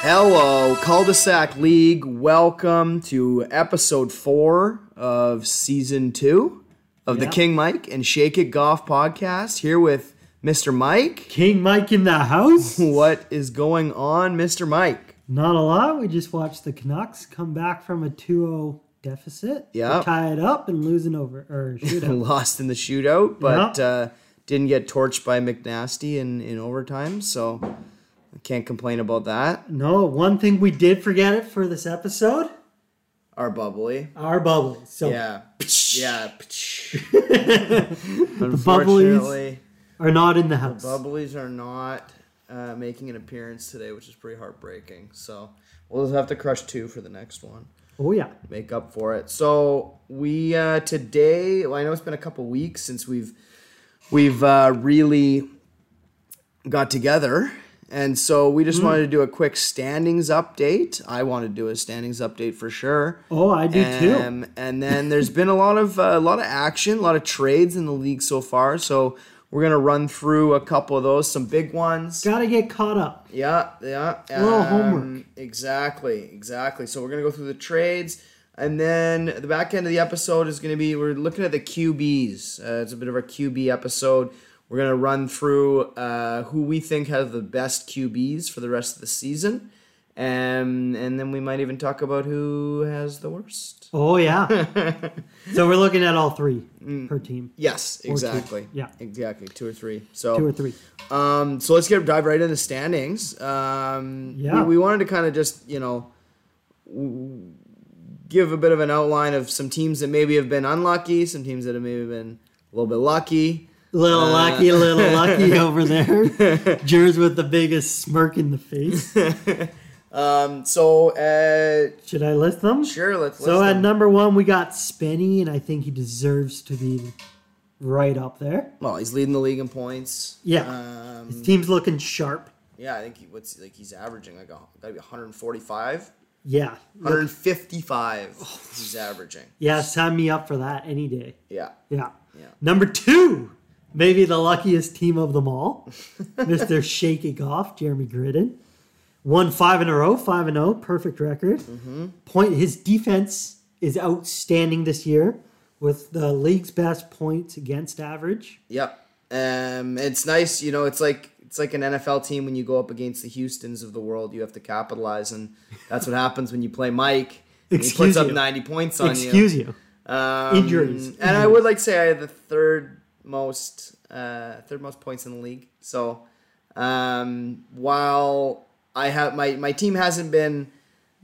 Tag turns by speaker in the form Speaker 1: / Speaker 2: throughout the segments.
Speaker 1: Hello, Cul-de-sac League. Welcome to episode four of season two of the
Speaker 2: Yeah.
Speaker 1: King Mike and Shake It Golf podcast. Here with Mr. Mike.
Speaker 2: King Mike in the house.
Speaker 1: What is going on, Mr. Mike?
Speaker 2: Not a lot. We just watched the Canucks come back from a 2-0 deficit. They
Speaker 1: Yeah.
Speaker 2: Tie it up and losing over or shootout.
Speaker 1: Lost in the shootout, but
Speaker 2: Yeah.
Speaker 1: uh, didn't get torched by McNasty in, in overtime, so I can't complain about that.
Speaker 2: no, one thing we did forget it for this episode,
Speaker 1: Our bubbly.
Speaker 2: our bubble. So
Speaker 1: Yeah. Yeah.
Speaker 2: bubblies.
Speaker 1: Unfortunately.
Speaker 2: are not in the house.
Speaker 1: Bubblies are not uh, making an appearance today, which is pretty heartbreaking. So we'll just have to crush two for the next one,
Speaker 2: oh yeah.
Speaker 1: make up for it. So we uh, today, well, I know it's been a couple weeks since we've we've uh, really got together, and so we
Speaker 2: Hmm.
Speaker 1: just wanted to do a quick standings update. I want to do a standings update for sure.
Speaker 2: Oh, I do too.
Speaker 1: Um, and then there's been a lot of uh, a lot of action, a lot of trades in the league so far. So we're gonna run through a couple of those, some big ones.
Speaker 2: Gotta get caught up.
Speaker 1: Yeah, yeah. A
Speaker 2: little homework.
Speaker 1: Exactly, exactly. So we're gonna go through the trades, and then the back end of the episode is gonna be we're looking at the QBs. Uh, it's a bit of a QB episode. We're gonna run through uh, who we think have the best QBs for the rest of the season, and and then we might even talk about who has the worst.
Speaker 2: Oh yeah. so we're looking at all three
Speaker 1: Mm.
Speaker 2: per team.
Speaker 1: Yes,
Speaker 2: two.
Speaker 1: exactly.
Speaker 2: Yeah.
Speaker 1: exactly. Two or three. So
Speaker 2: Two or three.
Speaker 1: Um, so let's get dive right into standings. Um,
Speaker 2: Yeah.
Speaker 1: we, we wanted to kind of just you know w- give a bit of an outline of some teams that maybe have been unlucky, some teams that have maybe been a little bit lucky.
Speaker 2: Little
Speaker 1: Uh.
Speaker 2: lucky, little lucky over there. Jers with the biggest smirk in the face.
Speaker 1: Um, so uh,
Speaker 2: Should I list them?
Speaker 1: sure, let's.
Speaker 2: So uh,
Speaker 1: list
Speaker 2: at
Speaker 1: them.
Speaker 2: number one, we got Spenny, and I think he deserves to be right up there.
Speaker 1: well, he's leading the league in points.
Speaker 2: Yeah. His
Speaker 1: Um,
Speaker 2: team's looking sharp.
Speaker 1: yeah, I think he, what's like he's averaging like a, gotta be 145,
Speaker 2: Yeah.
Speaker 1: 155.
Speaker 2: Oh.
Speaker 1: he's averaging.
Speaker 2: Yeah, sign me up for that any day.
Speaker 1: Yeah.
Speaker 2: Yeah.
Speaker 1: Yeah.
Speaker 2: Number two, maybe the luckiest team of them all, Mr. Shake It Off, Jeremy Gridden. Won five in a row, five and oh, perfect record.
Speaker 1: Mm-hmm.
Speaker 2: Point his defense is outstanding this year with the league's best points against average.
Speaker 1: Yep. Um, it's nice, you know. It's like it's like an NFL team when you go up against the Houston's of the world. You have to capitalize, and that's what happens when you play Mike. and he
Speaker 2: Excuse
Speaker 1: puts up
Speaker 2: you.
Speaker 1: ninety points on
Speaker 2: Excuse you.
Speaker 1: you. Um,
Speaker 2: Injuries.
Speaker 1: And I would like to say I had the third most uh, third most points in the league. So um, while I have my my team hasn't been,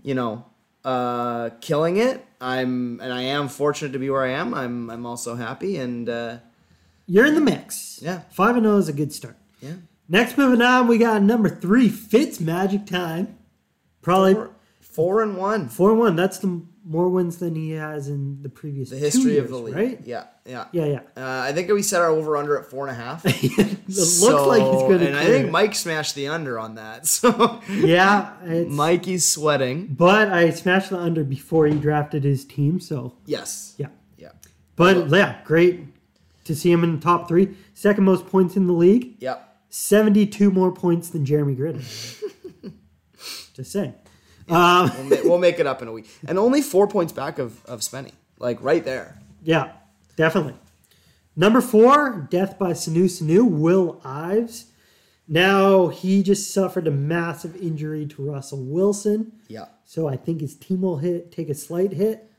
Speaker 1: you know, uh, killing it. I'm and I am fortunate to be where I am. I'm I'm also happy and uh,
Speaker 2: You're in the mix.
Speaker 1: Yeah.
Speaker 2: Five and zero is a good start.
Speaker 1: yeah.
Speaker 2: Next, moving on, we got number three, Fitz Magic Time. Probably
Speaker 1: Four, four and one.
Speaker 2: four and one. That's the m- more wins than he has in the previous
Speaker 1: The history
Speaker 2: two years,
Speaker 1: of the league.
Speaker 2: right?
Speaker 1: Yeah, yeah.
Speaker 2: Yeah, yeah.
Speaker 1: Uh, I think we set our over under at four and a half.
Speaker 2: it looks like he's
Speaker 1: So-
Speaker 2: going to.
Speaker 1: And I think Mike smashed the under on that. So
Speaker 2: yeah, it's,
Speaker 1: Mikey's sweating.
Speaker 2: but I smashed the under before he drafted his team. So
Speaker 1: Yes.
Speaker 2: yeah,
Speaker 1: Yeah.
Speaker 2: but yeah, great to see him in the top three. Second most points in the league.
Speaker 1: Yep.
Speaker 2: Seventy-two more points than Jeremy Gridden. Just saying. Um,
Speaker 1: We'll, ma- we'll make it up in a week. And only four points back of, of Spenny. Like right there.
Speaker 2: Yeah, definitely. Number four, Death by Sanu Sanu, Will Ives. Now, he just suffered a massive injury to Russell Wilson.
Speaker 1: Yeah.
Speaker 2: So I think his team will hit take a slight hit.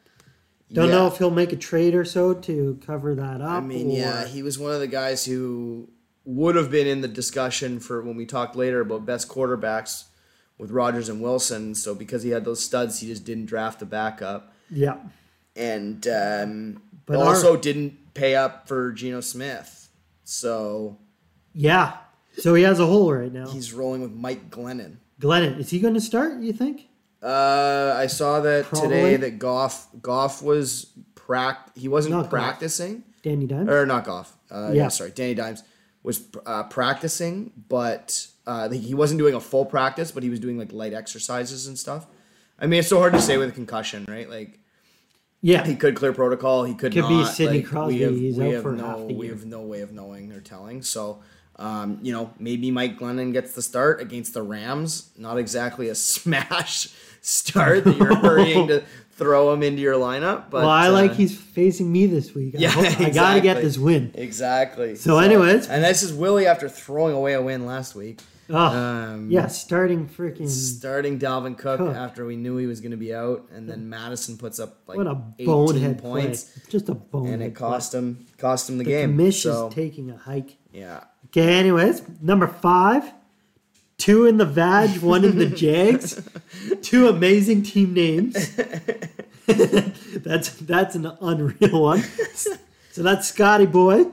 Speaker 2: Don't know
Speaker 1: Yeah.
Speaker 2: if he'll make a trade or so to cover that up.
Speaker 1: I mean, yeah, he was one of the guys who would have been in the discussion for when we talked later about best quarterbacks with Rodgers and Wilson. So because he had those studs, he just didn't draft the backup.
Speaker 2: Yeah.
Speaker 1: and um,
Speaker 2: But
Speaker 1: also didn't pay up for Geno Smith. So
Speaker 2: Yeah. So he has a hole right now.
Speaker 1: he's rolling with Mike Glennon.
Speaker 2: Glennon, is he going to start, you think?
Speaker 1: Uh, I saw that today
Speaker 2: Probably.
Speaker 1: that Goff Goff was prac he wasn't
Speaker 2: Not Goff.
Speaker 1: practicing
Speaker 2: Danny Dimes?
Speaker 1: or not Goff. Uh, yeah.
Speaker 2: Yeah.
Speaker 1: sorry, Danny Dimes was uh, practicing, but uh, he wasn't doing a full practice, but he was doing like light exercises and stuff. I mean, it's so hard to say with a concussion, right? Like
Speaker 2: yeah.
Speaker 1: he could clear protocol. He could,
Speaker 2: Could be
Speaker 1: not.
Speaker 2: Sidney
Speaker 1: like,
Speaker 2: Crosby,
Speaker 1: We have,
Speaker 2: he's
Speaker 1: we
Speaker 2: out
Speaker 1: have
Speaker 2: for
Speaker 1: no,
Speaker 2: half the
Speaker 1: we
Speaker 2: year.
Speaker 1: have no way of knowing or telling. So Um, you know, maybe Mike Glennon gets the start against the Rams. Not exactly a smash start that you're hurrying to throw him into your lineup. But
Speaker 2: well, I
Speaker 1: uh,
Speaker 2: like he's facing me this week. I,
Speaker 1: Yeah,
Speaker 2: hope- I gotta get
Speaker 1: exactly.
Speaker 2: this win.
Speaker 1: exactly.
Speaker 2: So anyways-
Speaker 1: and this is Willie after throwing away a win last week.
Speaker 2: Oh,
Speaker 1: Um,
Speaker 2: yeah, starting freaking
Speaker 1: starting Dalvin Cook,
Speaker 2: Cook.
Speaker 1: after we knew he was going to be out, and then Madison puts up like
Speaker 2: what a
Speaker 1: 18
Speaker 2: bonehead
Speaker 1: points,
Speaker 2: play. Just a bonehead.
Speaker 1: and it
Speaker 2: play.
Speaker 1: cost him cost him the,
Speaker 2: Mm-hmm. the
Speaker 1: game.
Speaker 2: commish
Speaker 1: So
Speaker 2: is taking a hike.
Speaker 1: yeah,
Speaker 2: Okay, anyways, number five, two in the Vag, one in the Jags. two amazing team names. that's that's an unreal one. So that's Scotty Boy.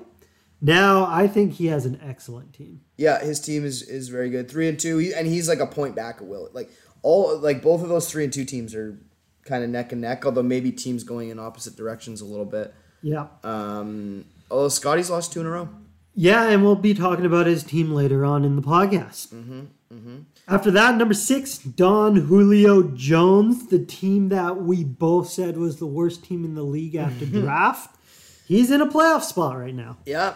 Speaker 2: Now I think he has an excellent team.
Speaker 1: yeah, his team is is very good, three and two, he, and he's like a point back at Will. Like all like both of those three and two teams are kind of neck and neck, although maybe teams going in opposite directions a little bit.
Speaker 2: Yeah.
Speaker 1: Um, although Scotty's lost two in a row.
Speaker 2: Yeah, and we'll be talking about his team later on in the podcast.
Speaker 1: Mm-hmm,
Speaker 2: After that, number six, Don Julio Jones, the team that we both said was the worst team in the league after
Speaker 1: Mm-hmm.
Speaker 2: draft. He's in a playoff spot right now.
Speaker 1: Yeah,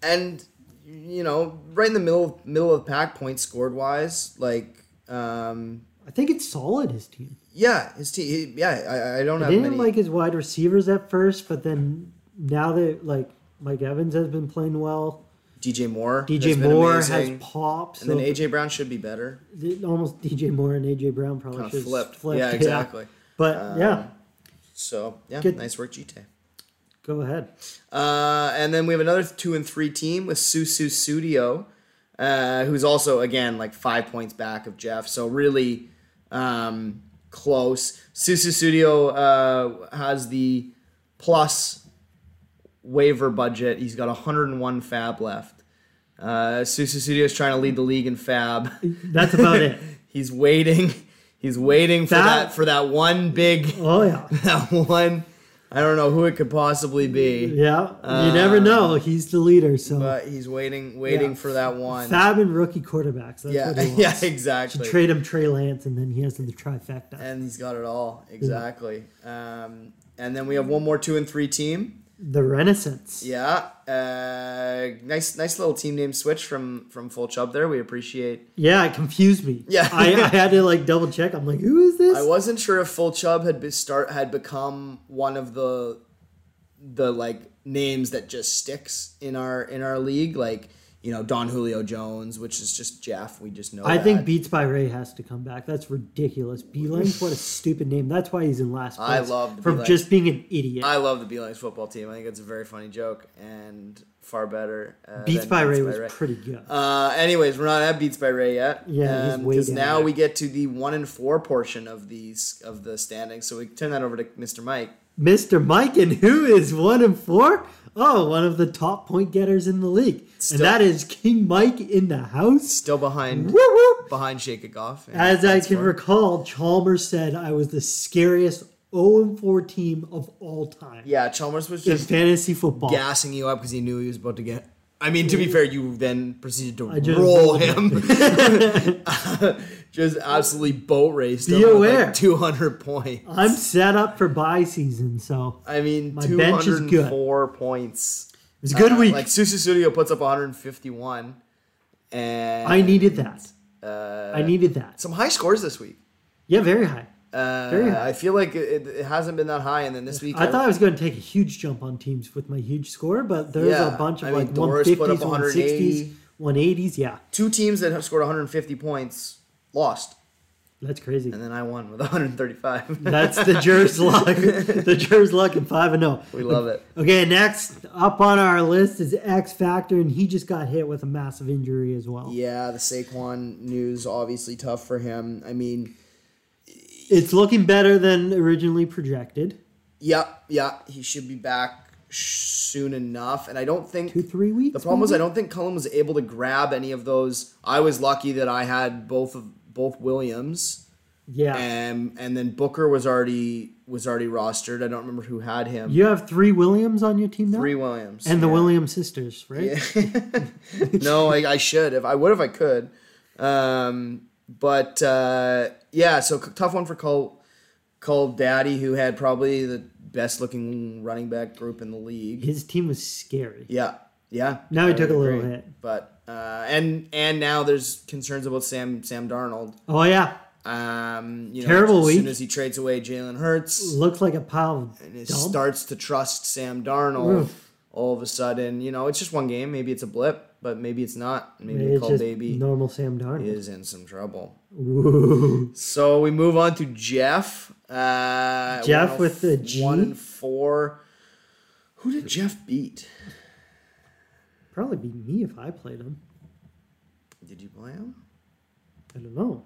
Speaker 1: and you know, right in the middle middle of the pack point scored wise, like. Um,
Speaker 2: I think it's solid, his team.
Speaker 1: Yeah, his team. He, yeah, I- I, I don't
Speaker 2: I
Speaker 1: have many.
Speaker 2: didn't like his wide receivers at first, but then now that, like, Mike Evans has been playing well.
Speaker 1: DJ Moore.
Speaker 2: DJ
Speaker 1: has been
Speaker 2: Moore
Speaker 1: amazing.
Speaker 2: has popped.
Speaker 1: And then AJ Brown should be better.
Speaker 2: almost DJ Moore and AJ Brown probably
Speaker 1: Kinda
Speaker 2: should
Speaker 1: flipped.
Speaker 2: flip.
Speaker 1: Yeah, exactly. Um,
Speaker 2: But yeah,
Speaker 1: So yeah,
Speaker 2: Good.
Speaker 1: nice work, GT.
Speaker 2: go ahead.
Speaker 1: Uh, and then we have another two and three team with Susu Studio, uh, who's also again like five points back of Jeff. So really um, close. Susu Studio uh, has the plus waiver budget. He's got 101 fab left. Uh, Susu Studio is trying to lead the league in fab.
Speaker 2: That's about it.
Speaker 1: He's waiting. He's waiting for that,
Speaker 2: That-
Speaker 1: for that one big
Speaker 2: Oh yeah,
Speaker 1: that one. I don't know who it could possibly be,
Speaker 2: yeah. you never know. He's the leader, so
Speaker 1: Uh, but he's waiting, waiting
Speaker 2: Yeah.
Speaker 1: for that one.
Speaker 2: Fab and rookie quarterbacks. That's
Speaker 1: yeah,
Speaker 2: what he wants.
Speaker 1: yeah, exactly.
Speaker 2: Trade him Trey Lance, and then he has the trifecta.
Speaker 1: and he's got it all exactly. Um, and then we have one more two and three team.
Speaker 2: the Renaissance.
Speaker 1: Yeah, uh, nice, nice little team name switch from from Full Chub there. We appreciate.
Speaker 2: Yeah, it confused me.
Speaker 1: Yeah.
Speaker 2: I, I had to like double check. I'm like, who is this?
Speaker 1: I wasn't sure if Full Chub had be start had become one of the the like names that just sticks in our in our league, like you know Don Julio Jones, which is just Jeff. We just know.
Speaker 2: I
Speaker 1: that.
Speaker 2: think Beats by Ray has to come back. That's ridiculous. Beelines, what a stupid name. That's why he's in last place.
Speaker 1: I love the
Speaker 2: for
Speaker 1: Beelines.
Speaker 2: just being an idiot.
Speaker 1: I love the Beelines football team. I think it's a very funny joke and far better. Uh,
Speaker 2: Beats
Speaker 1: than
Speaker 2: by Ray was pretty good.
Speaker 1: Uh, anyways, we're not at Beats by Ray yet.
Speaker 2: Yeah, he's way
Speaker 1: because
Speaker 2: down
Speaker 1: now
Speaker 2: there.
Speaker 1: we get to the one and four portion of these of the standings. So we turn that over to Mr. Mike.
Speaker 2: Mr. Mike, and who is one and four? Oh, one of the top point getters in the league.
Speaker 1: Still-
Speaker 2: and that is King Mike in the house.
Speaker 1: Still behind
Speaker 2: Woo woo.
Speaker 1: behind Shake It Goff. and
Speaker 2: As I
Speaker 1: that's
Speaker 2: can
Speaker 1: fun.
Speaker 2: recall, Chalmers said I was the scariest 0 4 team of all time
Speaker 1: Yeah, Chalmers was
Speaker 2: in
Speaker 1: just
Speaker 2: fantasy football.
Speaker 1: gassing you up because he knew he was about to get. I mean, to be fair, you then proceeded to
Speaker 2: I just
Speaker 1: roll
Speaker 2: rolled
Speaker 1: him, just absolutely boat raced.
Speaker 2: Be
Speaker 1: him with
Speaker 2: aware.
Speaker 1: like two hundred points.
Speaker 2: I'm set up for bye season, so
Speaker 1: I mean,
Speaker 2: My
Speaker 1: two
Speaker 2: bench is
Speaker 1: hundred
Speaker 2: good.
Speaker 1: and four points.
Speaker 2: it's a good
Speaker 1: Uh,
Speaker 2: week.
Speaker 1: Like Susu Studio puts up one hundred and fifty-one, and
Speaker 2: I needed that.
Speaker 1: uh,
Speaker 2: I needed that.
Speaker 1: some high scores this week.
Speaker 2: Yeah, very high.
Speaker 1: Uh,
Speaker 2: Very high.
Speaker 1: I feel like it, it hasn't been that high, and then this week
Speaker 2: I thought I was going to take a huge jump on teams with my huge score, but there's
Speaker 1: Yeah,
Speaker 2: a bunch of
Speaker 1: I mean,
Speaker 2: like
Speaker 1: Doris put up
Speaker 2: 150s, 160s, 180s. Yeah,
Speaker 1: two teams that have scored one hundred and fifty points lost,
Speaker 2: that's crazy.
Speaker 1: and then I won with one hundred and thirty-five.
Speaker 2: That's the Jur's luck. The Jur's luck in 5 and 0.
Speaker 1: We love it.
Speaker 2: Okay, next up on our list is X Factor, and he just got hit with a massive injury as well.
Speaker 1: Yeah, the Saquon news obviously tough for him. I mean,
Speaker 2: It's looking better than originally projected.
Speaker 1: yeah, yeah, he should be back sh- soon enough, and I don't think
Speaker 2: Two, three weeks?
Speaker 1: The problem was I don't think Cullen was able to grab any of those. I was lucky that I had both of both Williams,
Speaker 2: Yeah.
Speaker 1: and and then Booker was already was already rostered. I don't remember who had him.
Speaker 2: you have three Williams on your team now?
Speaker 1: Three Williams
Speaker 2: and the
Speaker 1: Yeah.
Speaker 2: Williams sisters, right?
Speaker 1: no, I, I should if I would if I could. Um, but uh, yeah, so c- tough one for Cole, Cole Daddy, who had probably the best looking running back group in the league.
Speaker 2: His team was scary.
Speaker 1: Yeah, yeah.
Speaker 2: Now he
Speaker 1: I
Speaker 2: took
Speaker 1: would
Speaker 2: a little
Speaker 1: agree.
Speaker 2: hit.
Speaker 1: but Uh, and and now there's concerns about Sam Sam Darnold.
Speaker 2: Oh yeah,
Speaker 1: Um, you know,
Speaker 2: Terrible
Speaker 1: as
Speaker 2: week.
Speaker 1: soon as he trades away Jalen Hurts
Speaker 2: looks like a pile of
Speaker 1: and it
Speaker 2: dump.
Speaker 1: starts to trust Sam Darnold,
Speaker 2: Oof.
Speaker 1: all of a sudden, you know, it's just one game. Maybe it's a blip, but maybe it's not. Maybe,
Speaker 2: It's
Speaker 1: Call
Speaker 2: just
Speaker 1: Baby
Speaker 2: normal Sam Darnold.
Speaker 1: is in some trouble.
Speaker 2: Ooh.
Speaker 1: So we move on to Jeff. Uh,
Speaker 2: Jeff with the
Speaker 1: 104 one and four. Who did Jeff beat?
Speaker 2: Probably be me if I played him.
Speaker 1: Did you play him?
Speaker 2: I don't know.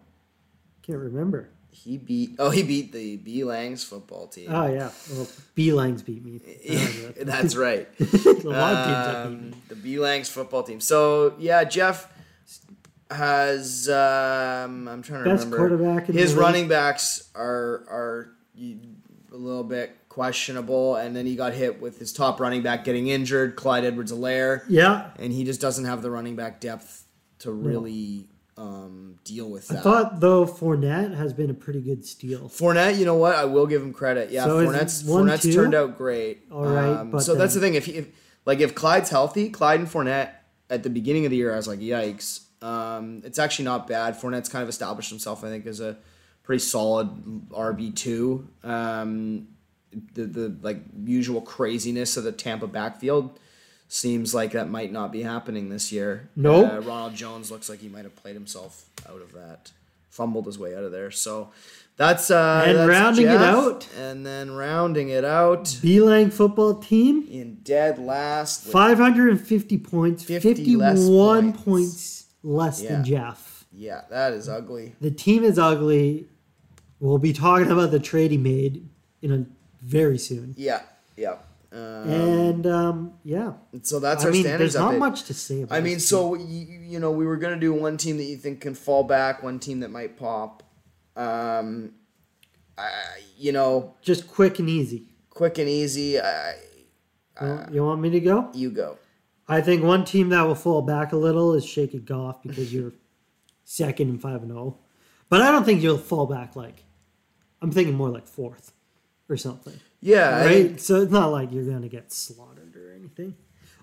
Speaker 2: Can't remember.
Speaker 1: He beat. Oh, he beat the B Langs football team.
Speaker 2: Oh yeah. Well, Beelines beat me. Uh,
Speaker 1: That's right.
Speaker 2: a lot of teams that beat me.
Speaker 1: Um, the B Langs football team. So yeah, Jeff has. Um, I'm trying to
Speaker 2: Best
Speaker 1: remember.
Speaker 2: quarterback in the
Speaker 1: His
Speaker 2: league.
Speaker 1: running backs are are you- a little bit questionable, and then he got hit with his top running back getting injured, Clyde Edwards-Alaire.
Speaker 2: Yeah.
Speaker 1: and he just doesn't have the running back depth to really um, deal with
Speaker 2: I
Speaker 1: that.
Speaker 2: thought though Fournette has been a pretty good steal.
Speaker 1: Fournette, you know what? I will give him credit. Yeah,
Speaker 2: So is
Speaker 1: Fournette's
Speaker 2: it one,
Speaker 1: Fournette's
Speaker 2: two?
Speaker 1: turned out great. Um,
Speaker 2: All right, but
Speaker 1: so that's the thing. If, he, if like if Clyde's healthy, Clyde and Fournette at the beginning of the year, I was like, yikes. Um, it's actually not bad. Fournette's kind of established himself, I think, as a pretty solid RB two. Um, the the like usual craziness of the Tampa backfield seems like that might not be happening this year.
Speaker 2: Nope.
Speaker 1: Uh, Ronald Jones looks like he might have played himself out of that, fumbled his way out of there. So that's uh,
Speaker 2: And
Speaker 1: that's
Speaker 2: rounding it
Speaker 1: Jeff.
Speaker 2: out.
Speaker 1: and then rounding it out
Speaker 2: Beeline football team,
Speaker 1: in dead last. with-
Speaker 2: 550 points,
Speaker 1: 50 less
Speaker 2: 51
Speaker 1: points.
Speaker 2: points. less
Speaker 1: Yeah.
Speaker 2: than Jeff.
Speaker 1: yeah, that is ugly.
Speaker 2: The team is ugly. We'll be talking about the trade he made in a very soon.
Speaker 1: Yeah, yeah. Um,
Speaker 2: and um, yeah,
Speaker 1: so that's
Speaker 2: I
Speaker 1: our
Speaker 2: mean,
Speaker 1: standards
Speaker 2: there's not
Speaker 1: update.
Speaker 2: much to say. about
Speaker 1: I mean,
Speaker 2: this
Speaker 1: so you, you know, we were gonna do one team that you think can fall back, one team that might pop. Um, I, you know,
Speaker 2: team. just quick and easy.
Speaker 1: quick and easy. I,
Speaker 2: You want- you want me to go?
Speaker 1: you go.
Speaker 2: I think one team that will fall back a little is Shake It Goff because you're second and five and zero. But I don't think you'll fall back like I'm thinking more like fourth or something.
Speaker 1: Yeah, I
Speaker 2: Right?
Speaker 1: think-
Speaker 2: so it's not like you're gonna get slaughtered or anything.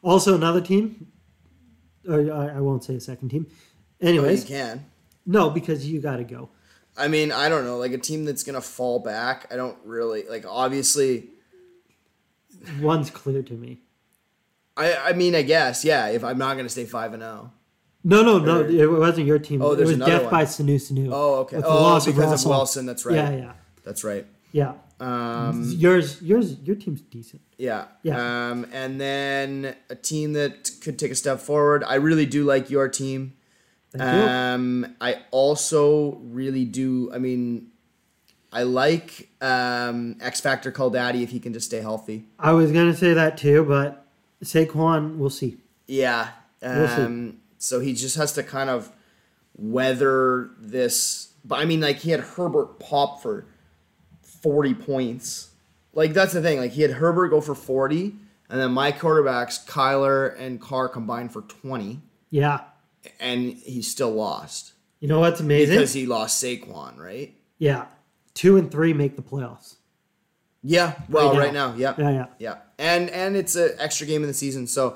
Speaker 2: Also another team or I, I won't say a second team.
Speaker 1: well, you
Speaker 2: Anyways,
Speaker 1: can.
Speaker 2: no, because you gotta go.
Speaker 1: I mean, I don't know, like a team that's gonna fall back. I don't really like. Obviously,
Speaker 2: One's clear to me.
Speaker 1: I I mean, I guess yeah. If I'm not gonna stay five and oh. zero.
Speaker 2: No, no, no. It wasn't your team.
Speaker 1: Oh,
Speaker 2: it
Speaker 1: there's
Speaker 2: was
Speaker 1: another
Speaker 2: death
Speaker 1: one.
Speaker 2: by Sanu Sanu.
Speaker 1: Oh, okay.
Speaker 2: with the
Speaker 1: Oh,
Speaker 2: loss of
Speaker 1: because of,
Speaker 2: Russell.
Speaker 1: Wilson. That's right.
Speaker 2: Yeah, yeah,
Speaker 1: That's right.
Speaker 2: yeah.
Speaker 1: Um,
Speaker 2: yours, yours, your team's decent.
Speaker 1: yeah.
Speaker 2: Yeah.
Speaker 1: Um, and then a team that could take a step forward. I really do like your team.
Speaker 2: Thank you.
Speaker 1: Um, I also really do. I mean, I like um, X Factor Caldaddy if he can just stay healthy.
Speaker 2: I was gonna say that too, but Saquon, we'll see.
Speaker 1: Yeah.
Speaker 2: We'll see.
Speaker 1: Um, so he just has to kind of weather this. But I mean, like he had Herbert pop for forty points. Like that's the thing. Like he had Herbert go for forty, and then my quarterbacks Kyler and Carr combined for twenty,
Speaker 2: Yeah,
Speaker 1: and he still lost
Speaker 2: you know what's amazing?
Speaker 1: because he lost Saquon, right?
Speaker 2: yeah, two and three make the playoffs.
Speaker 1: Yeah. Well,
Speaker 2: Right
Speaker 1: right now,
Speaker 2: now.
Speaker 1: yeah.
Speaker 2: Yeah, yeah.
Speaker 1: Yeah, and and it's an extra game in the season. So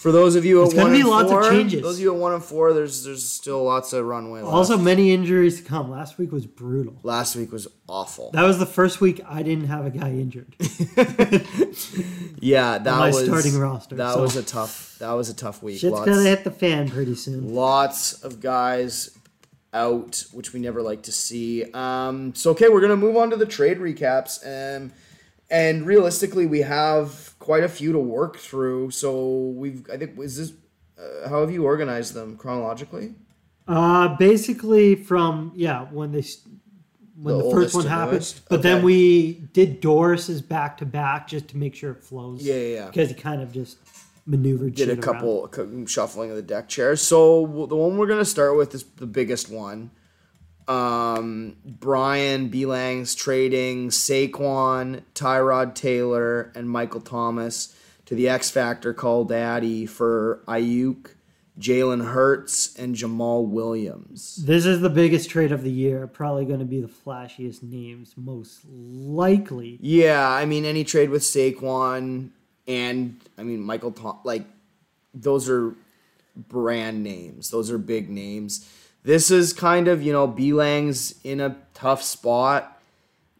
Speaker 1: for those of you at
Speaker 2: It's gonna
Speaker 1: one
Speaker 2: be
Speaker 1: and
Speaker 2: lots of
Speaker 1: four,
Speaker 2: changes.
Speaker 1: those of you at one and four, there's there's still lots of runway left.
Speaker 2: Also, many injuries to come. Last week was brutal.
Speaker 1: last week was awful.
Speaker 2: That was the first week I didn't have a guy injured.
Speaker 1: yeah, that
Speaker 2: my
Speaker 1: was
Speaker 2: starting roster,
Speaker 1: That
Speaker 2: so-
Speaker 1: was a tough. That was a tough week.
Speaker 2: Shit's
Speaker 1: lots,
Speaker 2: gonna hit the fan pretty soon.
Speaker 1: lots of guys out, which we never like to see. Um, so okay, we're gonna move on to the trade recaps, um, and realistically, we have quite a few to work through. So we've, I think, is this. Uh, how have you organized them chronologically?
Speaker 2: Uh, basically, from yeah, when they s- when
Speaker 1: The
Speaker 2: the,
Speaker 1: oldest
Speaker 2: first one
Speaker 1: to
Speaker 2: happened,
Speaker 1: newest?
Speaker 2: but
Speaker 1: Okay.
Speaker 2: then we did Doris's back to back just to make sure it flows.
Speaker 1: Yeah, yeah, yeah.
Speaker 2: Because he kind of just maneuvered.
Speaker 1: did a
Speaker 2: shit around.
Speaker 1: couple cou- shuffling of the deck chairs. So w- the one we're gonna start with is the biggest one. Um, Brian Belangs trading Saquon, Tyrod Taylor, and Michael Thomas to the X Factor called Daddy for Ayuk, Jalen Hurts, and Jamal Williams.
Speaker 2: This is the biggest trade of the year. Probably going to be the flashiest names, most likely.
Speaker 1: Yeah, I mean any trade with Saquon and I mean Michael Tom like those are brand names. Those are big names. This is kind of, you know, Belang's in a tough spot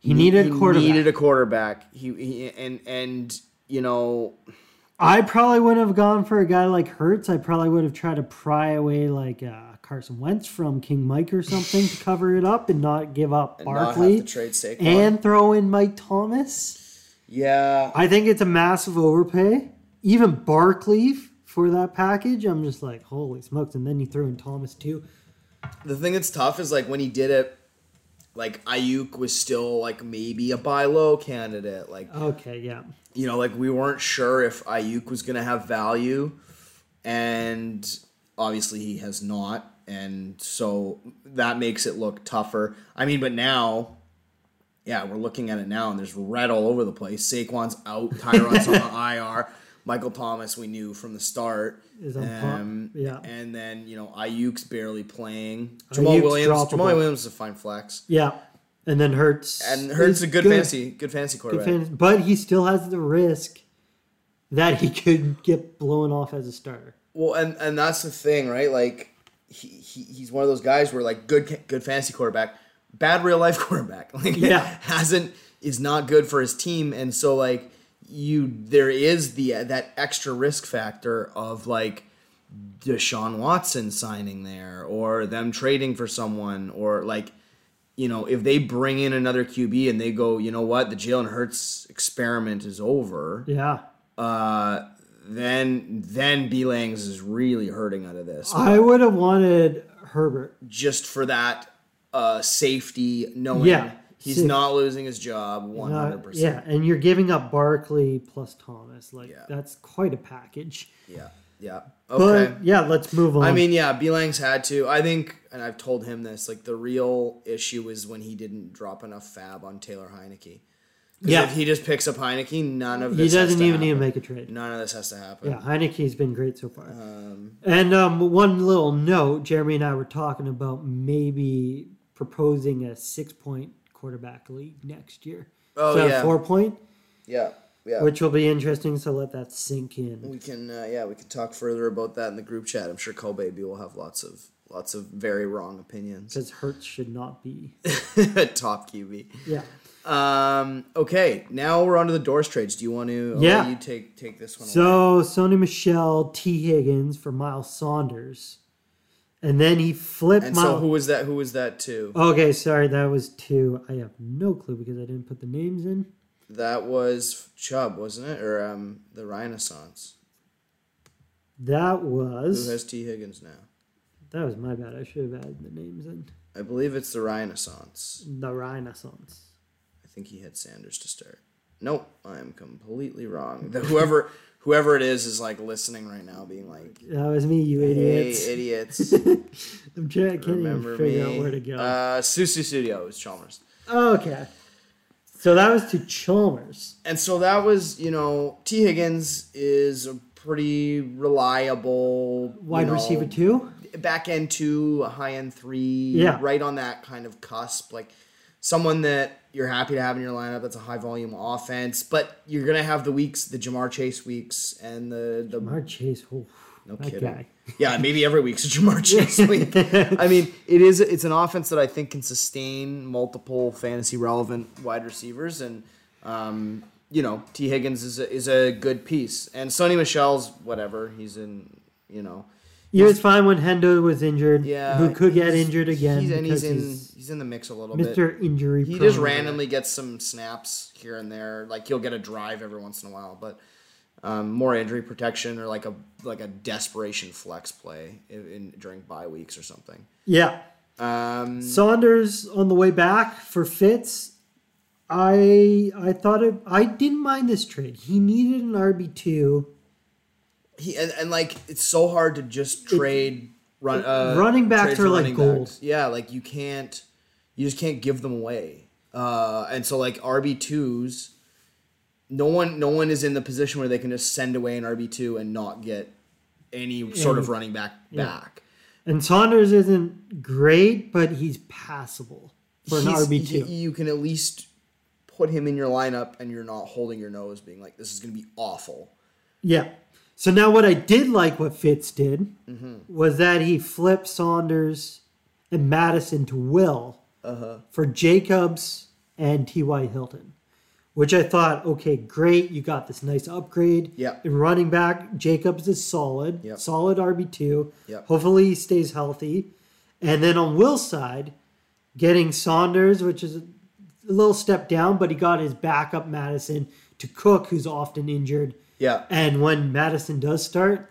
Speaker 2: He needed a quarterback.
Speaker 1: needed a quarterback. He, he and and you know
Speaker 2: I probably would have gone for a guy like Hertz. I probably would have tried to pry away like uh, Carson Wentz from King Mike or something to cover it up and not give up
Speaker 1: not
Speaker 2: Barkley
Speaker 1: have to trade Saquon.
Speaker 2: and throw in Mike Thomas.
Speaker 1: yeah,
Speaker 2: I think it's a massive overpay. Even Barkley f- for that package, I'm just like, holy smokes. And then you throw in Thomas too.
Speaker 1: the thing that's tough is like when he did it, like Ayuk was still like maybe a buy low candidate. Like
Speaker 2: Okay, yeah.
Speaker 1: you know, like we weren't sure if Ayuk was going to have value, and obviously he has not, and so that makes it look tougher. I mean, but now, yeah, we're looking at it now, and there's red all over the place. Saquon's out, Tyron's on the IR, Michael Thomas we knew from the start. Um,
Speaker 2: Is on pop- yeah.
Speaker 1: and then you know Ayuk's barely playing. Jamal
Speaker 2: Ayuk's
Speaker 1: Williams, Jamal
Speaker 2: droppable.
Speaker 1: Williams is a fine flex,
Speaker 2: Yeah. And then Hertz.
Speaker 1: and Hurts
Speaker 2: is
Speaker 1: a good, fantasy, good fantasy quarterback.
Speaker 2: Fan- But he still has the risk that he could get blown off as a starter.
Speaker 1: Well, and and that's the thing, right? Like he, he he's one of those guys where like good good fantasy quarterback, bad real life quarterback. Like
Speaker 2: Yeah.
Speaker 1: hasn't is not good for his team, and so like you there is the that extra risk factor of like Deshaun Watson signing there or them trading for someone or like you know if they bring in another QB and they go you know what the Jalen Hurts experiment is over
Speaker 2: Yeah.
Speaker 1: then then Belangs is really hurting out of this.
Speaker 2: I would have wanted Herbert. Uh,
Speaker 1: Just for that uh safety, knowing
Speaker 2: Yeah,
Speaker 1: he's
Speaker 2: safe.
Speaker 1: not losing his job one
Speaker 2: Uh,
Speaker 1: hundred percent.
Speaker 2: yeah, and you're giving up Barkley plus Thomas. Like
Speaker 1: Yeah.
Speaker 2: that's quite a package.
Speaker 1: Yeah. Yeah.
Speaker 2: But
Speaker 1: Okay.
Speaker 2: yeah, let's move on.
Speaker 1: I mean, yeah, Belangs had to. I think and I've told him this, like the real issue is when he didn't drop enough fab on Taylor Heineke.
Speaker 2: yeah,
Speaker 1: If
Speaker 2: he,
Speaker 1: he just picks up Heineke, none of this has
Speaker 2: doesn't
Speaker 1: to
Speaker 2: even need to
Speaker 1: happen.
Speaker 2: make a trade.
Speaker 1: none of this has to happen.
Speaker 2: Yeah, Heineke's been great so far. and um, one little note: Jeremy and I were talking about maybe proposing a six-point quarterback league next year.
Speaker 1: Oh,
Speaker 2: so
Speaker 1: yeah.
Speaker 2: four-point,
Speaker 1: Yeah. Yeah.
Speaker 2: which will be interesting. So let that sink in.
Speaker 1: We can, uh, yeah, we can talk further about that in the group chat. I'm sure Cole Baby will have lots of lots of very wrong opinions.
Speaker 2: Because Hertz should not be.
Speaker 1: Top QB.
Speaker 2: Yeah.
Speaker 1: Um, okay, now we're on to the Doors trades. Do you want to? I'll
Speaker 2: Yeah.
Speaker 1: let you take take this one. away.
Speaker 2: So Sony Michelle, T. Higgins for Miles Saunders, and then he flipped
Speaker 1: and so
Speaker 2: Miles.
Speaker 1: who was that? Who was that to?
Speaker 2: okay, sorry, that was two. I have no clue because I didn't put the names in.
Speaker 1: That was Chubb, wasn't it? Or um, the Renaissance?
Speaker 2: That
Speaker 1: Who
Speaker 2: was
Speaker 1: has T Higgins now?
Speaker 2: that was my bad. I should have added the names in.
Speaker 1: I believe it's the Renaissance.
Speaker 2: The Renaissance.
Speaker 1: I think he had Sanders to start. Nope, I'm completely wrong. The, whoever whoever it is is like listening right now, being like,
Speaker 2: That was me, you
Speaker 1: "Hey,
Speaker 2: idiots.
Speaker 1: idiots."
Speaker 2: I'm trying. I can't
Speaker 1: Remember
Speaker 2: even figure
Speaker 1: me.
Speaker 2: out where to go.
Speaker 1: Uh, Susu Studios, Chalmers.
Speaker 2: okay, so that was to Chalmers.
Speaker 1: And so that was, you know, T. Higgins is a pretty reliable you
Speaker 2: Wide
Speaker 1: know,
Speaker 2: receiver two.
Speaker 1: back end two, a high end three,
Speaker 2: Yeah.
Speaker 1: right on that kind of cusp, like someone that you're happy to have in your lineup. That's a high volume offense, but you're gonna have the weeks, the Jamar Chase weeks, and the the
Speaker 2: Mark Chase. Oh,
Speaker 1: no
Speaker 2: that
Speaker 1: kidding.
Speaker 2: guy.
Speaker 1: Yeah, maybe every week's a Jamar Chase week. I mean, it is it's an offense that I think can sustain multiple fantasy relevant wide receivers, and um, you know, T. Higgins is a, is a good piece, and Sonny Michelle's whatever. He's in, you know,
Speaker 2: He was fine when Hendo was injured.
Speaker 1: yeah,
Speaker 2: who could get
Speaker 1: he's-
Speaker 2: injured again?
Speaker 1: He's, and he's
Speaker 2: because
Speaker 1: in
Speaker 2: he's-
Speaker 1: he's, in the mix a little bit.
Speaker 2: Mr. Injury.
Speaker 1: He
Speaker 2: prone.
Speaker 1: just randomly gets some snaps here and there. Like he'll get a drive every once in a while, but um, more injury protection or like a like a desperation flex play in, in during bye weeks or something.
Speaker 2: Yeah.
Speaker 1: Um,
Speaker 2: Saunders on the way back for Fitz. I I thought it. I didn't mind this trade. He needed an RB two
Speaker 1: he and, and like it's so hard to just trade run uh,
Speaker 2: running backs
Speaker 1: trade for
Speaker 2: are like
Speaker 1: running
Speaker 2: gold.
Speaker 1: backs. Yeah, like you can't, you just can't give them away. Uh, and so like RB twos, no one, no one is in the position where they can just send away an RB two and not get any sort of running back back.
Speaker 2: and Saunders isn't great, but he's passable for an
Speaker 1: He's-
Speaker 2: RB two.
Speaker 1: y- You can at least put him in your lineup, and you're not holding your nose, being like, "This is going to be awful."
Speaker 2: Yeah. So now, what I did like what Fitz did was that he flipped Saunders and Madison to Will for Jacobs and T.Y. Hilton, which I thought, okay, great. You got this nice upgrade.
Speaker 1: Yep.
Speaker 2: In running back, Jacobs is solid,
Speaker 1: Yep.
Speaker 2: solid RB2.
Speaker 1: Yep.
Speaker 2: Hopefully, he stays healthy. And then on Will's side, getting Saunders, which is a little step down, but he got his backup Madison to Cook, who's often injured.
Speaker 1: Yeah,
Speaker 2: And when Madison does start,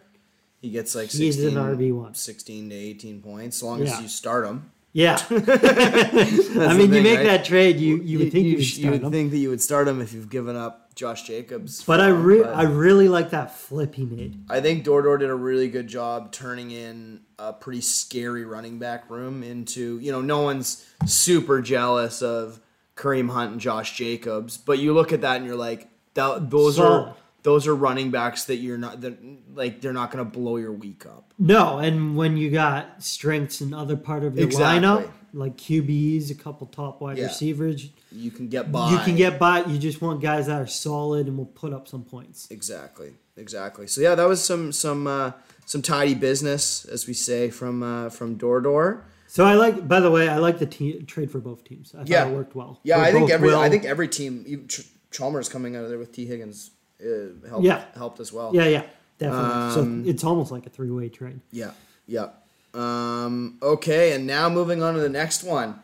Speaker 1: he gets like
Speaker 2: He is
Speaker 1: 16,
Speaker 2: an RB1.
Speaker 1: 16 to 18 points, as long
Speaker 2: Yeah.
Speaker 1: as you start him.
Speaker 2: yeah. I mean, you
Speaker 1: thing,
Speaker 2: make
Speaker 1: right?
Speaker 2: that trade, you you would think you, would
Speaker 1: sh-
Speaker 2: start
Speaker 1: would
Speaker 2: him.
Speaker 1: think that you would start him if you've given up Josh Jacobs.
Speaker 2: but I
Speaker 1: for him,
Speaker 2: re-
Speaker 1: but
Speaker 2: I really like that flip he made.
Speaker 1: I think Dordor did a really good job turning in a pretty scary running back room into, you know, no one's super jealous of Kareem Hunt and Josh Jacobs, but you look at that and you're like, that, those
Speaker 2: Solid.
Speaker 1: are those are running backs that you're not that like they're not going to blow your week up.
Speaker 2: No, and when you got strengths in other part of your
Speaker 1: Exactly.
Speaker 2: lineup, like QBs, a couple top wide
Speaker 1: Yeah.
Speaker 2: receivers,
Speaker 1: You can get by.
Speaker 2: you can get by. You just want guys that are solid and will put up some points.
Speaker 1: Exactly. Exactly. So yeah, that was some some uh, some tidy business, as we say, from uh, from Dordor.
Speaker 2: So I like. By the way, I like the te- trade for both teams. I thought
Speaker 1: Yeah.
Speaker 2: it worked well.
Speaker 1: Yeah,
Speaker 2: For
Speaker 1: I think
Speaker 2: both
Speaker 1: every I
Speaker 2: Will-
Speaker 1: think every team, even Ch- Chalmers coming out of there with T Higgins, uh, helped
Speaker 2: Yeah.
Speaker 1: helped as well.
Speaker 2: Yeah, yeah, definitely.
Speaker 1: Um,
Speaker 2: so it's almost like a three way trade.
Speaker 1: yeah, yeah. Um, okay, and now moving on to the next one.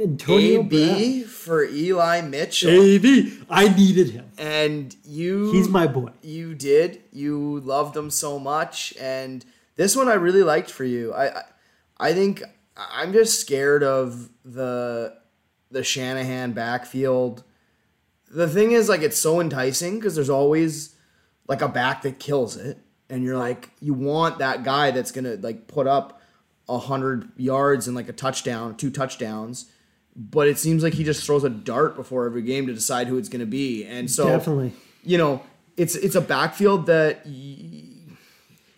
Speaker 2: Antonio Brown.
Speaker 1: AB for Eli Mitchell,
Speaker 2: AB. I needed him.
Speaker 1: and you
Speaker 2: He's my boy.
Speaker 1: you did. You loved them so much, and this one I really liked for you. I, I, I think I'm just scared of the the Shanahan backfield. The thing is, like, it's so enticing because there's always like a back that kills it, and you're like, you want that guy that's gonna like put up a hundred yards and like a touchdown, two touchdowns. But it seems like he just throws a dart before every game to decide who it's going to be, and so
Speaker 2: Definitely.
Speaker 1: you know, it's it's a backfield that y-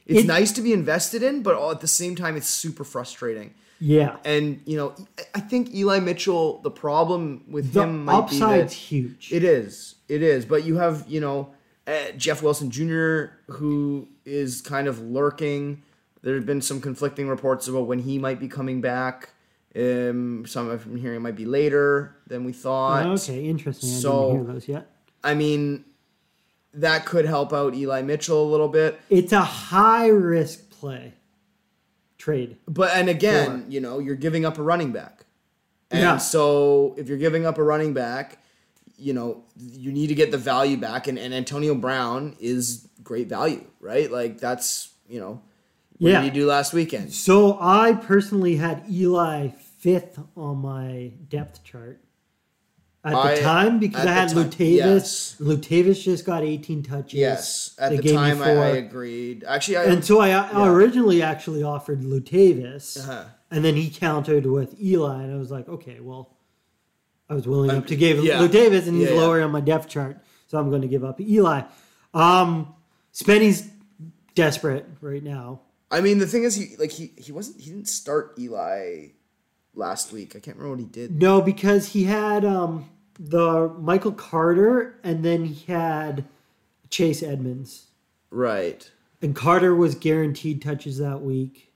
Speaker 1: it's
Speaker 2: It-
Speaker 1: nice to be invested in, but all at the same time, it's super frustrating.
Speaker 2: Yeah.
Speaker 1: And you know, e, I- I think Eli Mitchell. The problem with
Speaker 2: The
Speaker 1: him might
Speaker 2: upside's
Speaker 1: be
Speaker 2: huge.
Speaker 1: that it is, it is. But you have you know uh, Jeff Wilson Jr. who is kind of lurking. There have been some conflicting reports about when he might be coming back. Um, some of them hearing it might be later than we thought.
Speaker 2: okay, interesting. I
Speaker 1: so-
Speaker 2: didn't hear those yet.
Speaker 1: I mean, that could help out Eli Mitchell a little bit.
Speaker 2: It's a high risk play trade.
Speaker 1: But and again, you know, you're giving up a running back. And
Speaker 2: Yeah.
Speaker 1: so if you're giving up a running back, you know, you need to get the value back and, and Antonio Brown is great value, right? Like that's, you know, what
Speaker 2: Yeah.
Speaker 1: did he do last weekend?
Speaker 2: So I personally had Eli fifth on my depth chart at the
Speaker 1: I-
Speaker 2: time because
Speaker 1: at
Speaker 2: I had
Speaker 1: the time,
Speaker 2: Lutavis.
Speaker 1: yes.
Speaker 2: Lutavis just got 18 touches.
Speaker 1: Yes. At
Speaker 2: They
Speaker 1: the
Speaker 2: gave me
Speaker 1: time I, I
Speaker 2: four.
Speaker 1: agreed. Actually I
Speaker 2: And so I, I originally actually offered Lutavis,
Speaker 1: Uh-huh.
Speaker 2: and then he countered with Eli, and I was like, okay, well, I was willing up to give
Speaker 1: Um, yeah.
Speaker 2: Lutavis, and he's
Speaker 1: Yeah, yeah.
Speaker 2: lower on my depth chart, so I'm going to give up Eli. Um, Spenny's desperate right now.
Speaker 1: I mean the thing is he like he, he wasn't he didn't start Eli last week. I can't remember what he did.
Speaker 2: No, because he had um, the Michael Carter, and then he had Chase Edmonds,
Speaker 1: Right.
Speaker 2: and Carter was guaranteed touches that week,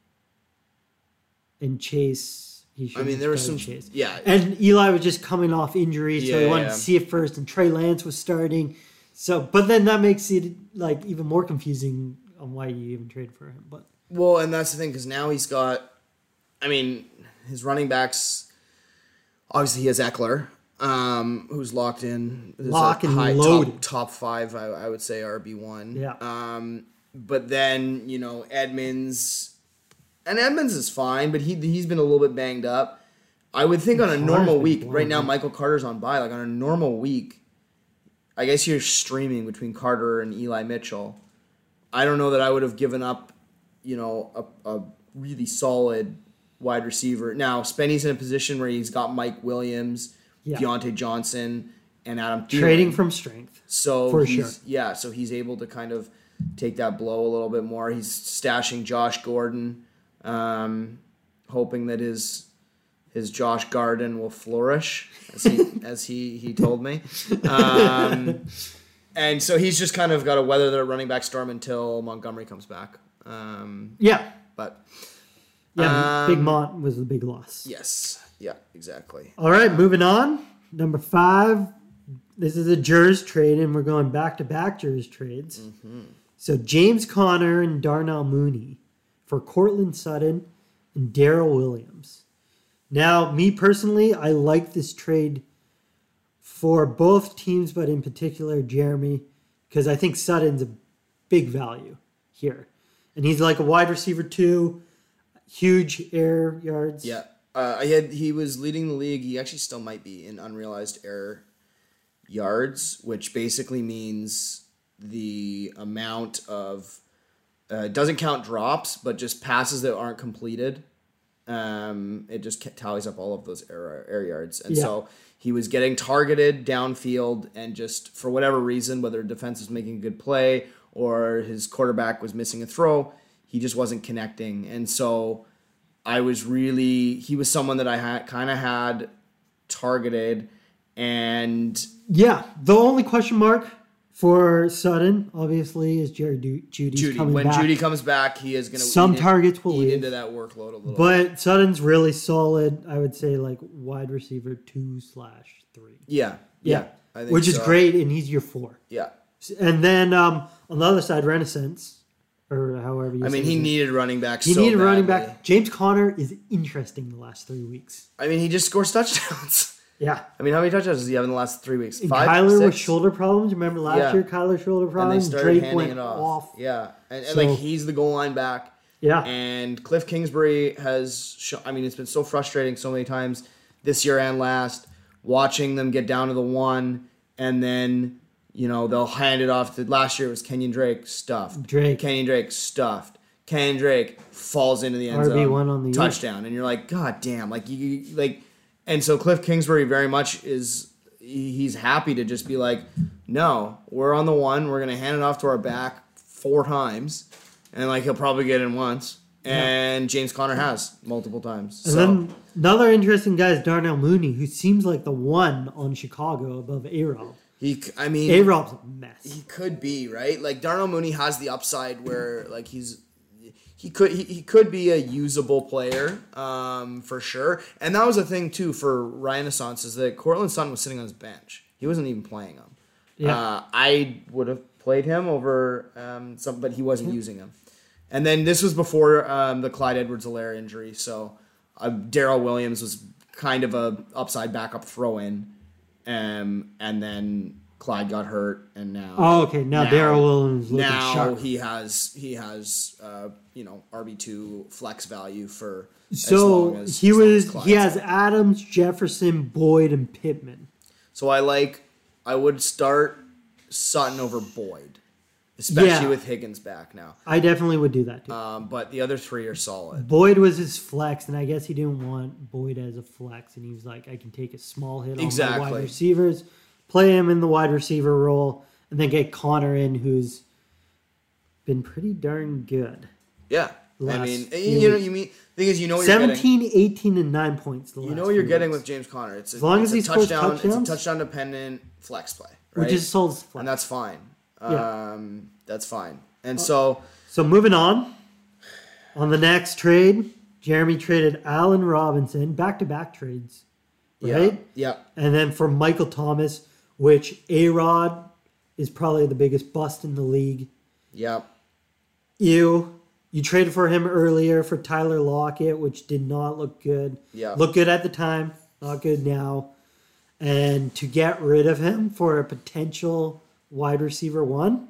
Speaker 2: and Chase. He
Speaker 1: I
Speaker 2: should
Speaker 1: mean there was some
Speaker 2: Chase.
Speaker 1: yeah.
Speaker 2: And Eli was just coming off injury, so he
Speaker 1: Yeah,
Speaker 2: wanted
Speaker 1: yeah.
Speaker 2: to see it first. And Trey Lance was starting, so but then that makes it like even more confusing on why you even traded for him. But
Speaker 1: Well, and that's the thing because now he's got, I mean, his running backs. Obviously, he has Eckler, um, who's locked in. There's a
Speaker 2: Lock and
Speaker 1: high,
Speaker 2: loaded.
Speaker 1: Top, top five, I, I would say RB one.
Speaker 2: Yeah.
Speaker 1: Um, but then you know Edmonds, and Edmonds is fine, but he he's been a little bit banged up. I would think on a
Speaker 2: Carter's
Speaker 1: normal
Speaker 2: been
Speaker 1: week,
Speaker 2: blown
Speaker 1: right now
Speaker 2: up.
Speaker 1: Michael Carter's on bye. Like on a normal week, I guess you're streaming between Carter and Eli Mitchell. I don't know that I would have given up, you know, a, a really solid wide receiver. Now Spenny's in a position where he's got Mike Williams,
Speaker 2: Yeah.
Speaker 1: Deontay Johnson, and Adam Thielen.
Speaker 2: trading from strength,
Speaker 1: So
Speaker 2: For
Speaker 1: he's,
Speaker 2: sure.
Speaker 1: Yeah, so he's able to kind of take that blow a little bit more. He's stashing Josh Gordon, um, hoping that his his Josh Garden will flourish, as he as he he told me. Um, And so he's just kind of got to weather the running back storm until Montgomery comes back. Um,
Speaker 2: Yeah.
Speaker 1: but
Speaker 2: Yeah. Big
Speaker 1: Um,
Speaker 2: Mont was the big loss.
Speaker 1: yes, yeah, exactly.
Speaker 2: All right, moving on. Number five. This is a Jers trade, and we're going back to back Jers trades. So James Connor and Darnell Mooney for Cortland Sutton and Daryl Williams. Now, me personally, I like this trade for both teams, but in particular Jeremy, because I think Sutton's a big value here. And he's like a wide receiver, too. Huge air yards.
Speaker 1: Yeah, uh, I had he was leading the league. He actually still might be in unrealized error yards, which basically means the amount of uh, it doesn't count drops, but just passes that aren't completed. Um, it just ca- tallies up all of those air, air yards, and so he was getting targeted downfield, and just for whatever reason, whether defense was making a good play or his quarterback was missing a throw, he just wasn't connecting, and so. I was really he was someone that I had kind of had targeted and
Speaker 2: Yeah, the only question mark for Sudden, obviously, is Jerry du- Judy's
Speaker 1: Judy
Speaker 2: coming
Speaker 1: when
Speaker 2: back.
Speaker 1: Judy comes back he is going to
Speaker 2: Some targets will
Speaker 1: eat
Speaker 2: leave.
Speaker 1: into that workload a little
Speaker 2: but Sudden's really solid. I would say like wide receiver two slash three.
Speaker 1: yeah yeah, I think
Speaker 2: which is
Speaker 1: so.
Speaker 2: great, and he's your four.
Speaker 1: yeah
Speaker 2: And then um, on the other side, Renaissance, or however you.
Speaker 1: I mean
Speaker 2: say
Speaker 1: he
Speaker 2: his name.
Speaker 1: needed running back
Speaker 2: he
Speaker 1: so
Speaker 2: needed a running
Speaker 1: badly.
Speaker 2: back. James Conner is interesting the last three weeks.
Speaker 1: I mean he just scores touchdowns
Speaker 2: Yeah,
Speaker 1: I mean how many touchdowns does he have in the last three weeks
Speaker 2: and
Speaker 1: five
Speaker 2: Kyler with
Speaker 1: six?
Speaker 2: shoulder problems. Remember last
Speaker 1: Yeah.
Speaker 2: year, Kyler shoulder
Speaker 1: and they
Speaker 2: problems.
Speaker 1: started
Speaker 2: Drake
Speaker 1: handing
Speaker 2: went
Speaker 1: it off,
Speaker 2: off.
Speaker 1: yeah and, and
Speaker 2: So-
Speaker 1: like he's the goal line back
Speaker 2: Yeah.
Speaker 1: And Cliff Kingsbury has, sho- I mean, it's been so frustrating so many times this year and last, watching them get down to the one, and then, you know, they'll hand it off to, last year it was Kenyon Drake stuffed.
Speaker 2: Drake.
Speaker 1: Kenyon Drake stuffed. Kenyon Drake falls into the end zone.
Speaker 2: RB1 on the year.
Speaker 1: Touchdown. And you're like, God damn. Like, you, you, like, and so Cliff Kingsbury very much is, he- he's happy to just be like, no, we're on the one. We're going to hand it off to our back four times and like he'll probably get in once. And James Conner has multiple times.
Speaker 2: And
Speaker 1: So
Speaker 2: then another interesting guy is Darnell Mooney, who seems like the one on Chicago above A Rob.
Speaker 1: he, c- I mean,
Speaker 2: A Rob's a mess.
Speaker 1: he could be right. Like Darnell Mooney has the upside where like he's he could he, he could be a usable player um, for sure. And that was the thing too for Renaissance is that Cortland Sutton was sitting on his bench. He wasn't even playing him.
Speaker 2: Yeah.
Speaker 1: Uh, I would have played him over um, some, but he wasn't
Speaker 2: Mm-hmm.
Speaker 1: using him. And then this was before um, the Clyde Edwards-Helaire injury, so uh, Daryl Williams was kind of a upside backup throw-in, um, and then Clyde got hurt, and now
Speaker 2: Oh, okay. Now,
Speaker 1: now-
Speaker 2: Daryl Williams looking
Speaker 1: now
Speaker 2: sharp.
Speaker 1: he has he has uh, you know RB two flex value for as long
Speaker 2: so
Speaker 1: as,
Speaker 2: he
Speaker 1: as long as
Speaker 2: was. He
Speaker 1: Clyde's
Speaker 2: has Adams, Jefferson, Boyd, and Pittman.
Speaker 1: So I like I would start Sutton over Boyd, especially
Speaker 2: Yeah.
Speaker 1: with Higgins back now.
Speaker 2: I definitely would do that too.
Speaker 1: Um, but the other three are solid.
Speaker 2: Boyd was his flex, and I guess he didn't want Boyd as a flex, and he was like, "I can take a small hit on my
Speaker 1: Exactly.
Speaker 2: wide receivers, play him in the wide receiver role, and then get Connor in, who's been pretty darn good."
Speaker 1: Yeah, I
Speaker 2: Mm-hmm. Last
Speaker 1: mean,
Speaker 2: few
Speaker 1: you know,
Speaker 2: weeks.
Speaker 1: you mean thing is you know what you're getting.
Speaker 2: 17, 18, and 9 points. The
Speaker 1: You
Speaker 2: last
Speaker 1: know what you're
Speaker 2: few
Speaker 1: getting
Speaker 2: weeks,
Speaker 1: with James Conner. It's a,
Speaker 2: long
Speaker 1: it's
Speaker 2: as
Speaker 1: a
Speaker 2: he's called
Speaker 1: touchdown. It's a
Speaker 2: touchdowns.
Speaker 1: touchdown dependent flex play, right?
Speaker 2: Which is Saul's flex.
Speaker 1: and that's fine.
Speaker 2: Yeah.
Speaker 1: Um, that's fine. And so
Speaker 2: so moving on. On the next trade, Jeremy traded Allen Robinson, back to back trades,
Speaker 1: yeah,
Speaker 2: right?
Speaker 1: yeah,
Speaker 2: And then for Michael Thomas, which A Rod is probably the biggest bust in the league.
Speaker 1: yeah,
Speaker 2: You you traded for him earlier for Tyler Lockett, which did not look good.
Speaker 1: Yeah.
Speaker 2: Looked good at the time, not good now. And to get rid of him for a potential wide receiver one,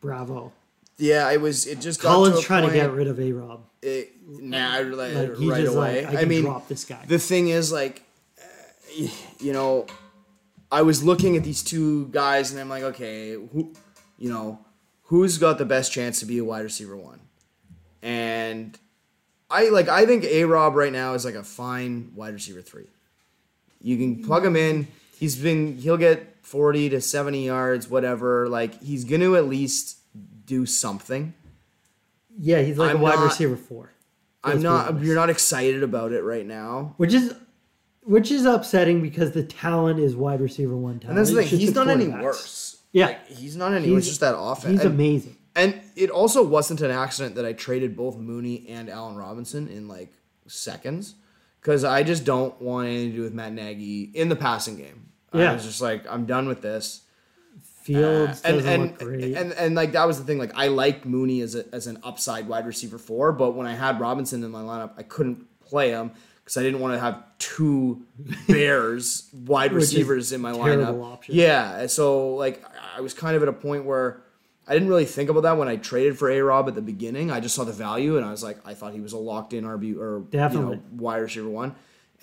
Speaker 2: bravo.
Speaker 1: yeah. It was it just got
Speaker 2: Colin's
Speaker 1: to a
Speaker 2: trying
Speaker 1: point,
Speaker 2: to get rid of A Rob.
Speaker 1: It, nah, like,
Speaker 2: Like he
Speaker 1: right
Speaker 2: just
Speaker 1: away.
Speaker 2: like I, can
Speaker 1: I mean,
Speaker 2: drop this guy.
Speaker 1: the thing is like uh, you know i was looking at these two guys and i'm like okay who you know who's got the best chance to be a wide receiver one and i like i think a rob right now is like a fine wide receiver three you can plug him in he's been he'll get 40 to 70 yards whatever like he's gonna at least do something
Speaker 2: yeah, he's like
Speaker 1: I'm
Speaker 2: a wide
Speaker 1: not-
Speaker 2: receiver four.
Speaker 1: i'm
Speaker 2: Let's be
Speaker 1: not
Speaker 2: honest.
Speaker 1: you're not excited about it right now
Speaker 2: Which is which is upsetting because the talent is wide receiver one talent.
Speaker 1: And that's the
Speaker 2: It's
Speaker 1: thing.
Speaker 2: just
Speaker 1: He's
Speaker 2: the
Speaker 1: not any
Speaker 2: quarterbacks.
Speaker 1: worse.
Speaker 2: Yeah.
Speaker 1: He's not anywhere. It's
Speaker 2: He's-
Speaker 1: just that offense.
Speaker 2: He's
Speaker 1: And,
Speaker 2: amazing.
Speaker 1: and it also wasn't an accident that I traded both Mooney and Allen Robinson in like seconds because I just don't want anything to do with Matt Nagy in the passing game. I
Speaker 2: Yeah.
Speaker 1: was just like, I'm done with this.
Speaker 2: Fields
Speaker 1: and
Speaker 2: doesn't
Speaker 1: and,
Speaker 2: look great.
Speaker 1: and and like that was the thing. Like I liked Mooney as a, as an upside wide receiver four, but when I had Robinson in my lineup, I couldn't play him because I didn't want to have two Bears wide
Speaker 2: Which is
Speaker 1: receivers in my
Speaker 2: terrible
Speaker 1: lineup.
Speaker 2: option.
Speaker 1: Yeah, and so like I- I was kind of at a point where I didn't really think about that when I traded for A Rob at the beginning. I just saw the value and I was like, I thought he was a locked in RB or you
Speaker 2: Definitely.
Speaker 1: know, wide receiver one,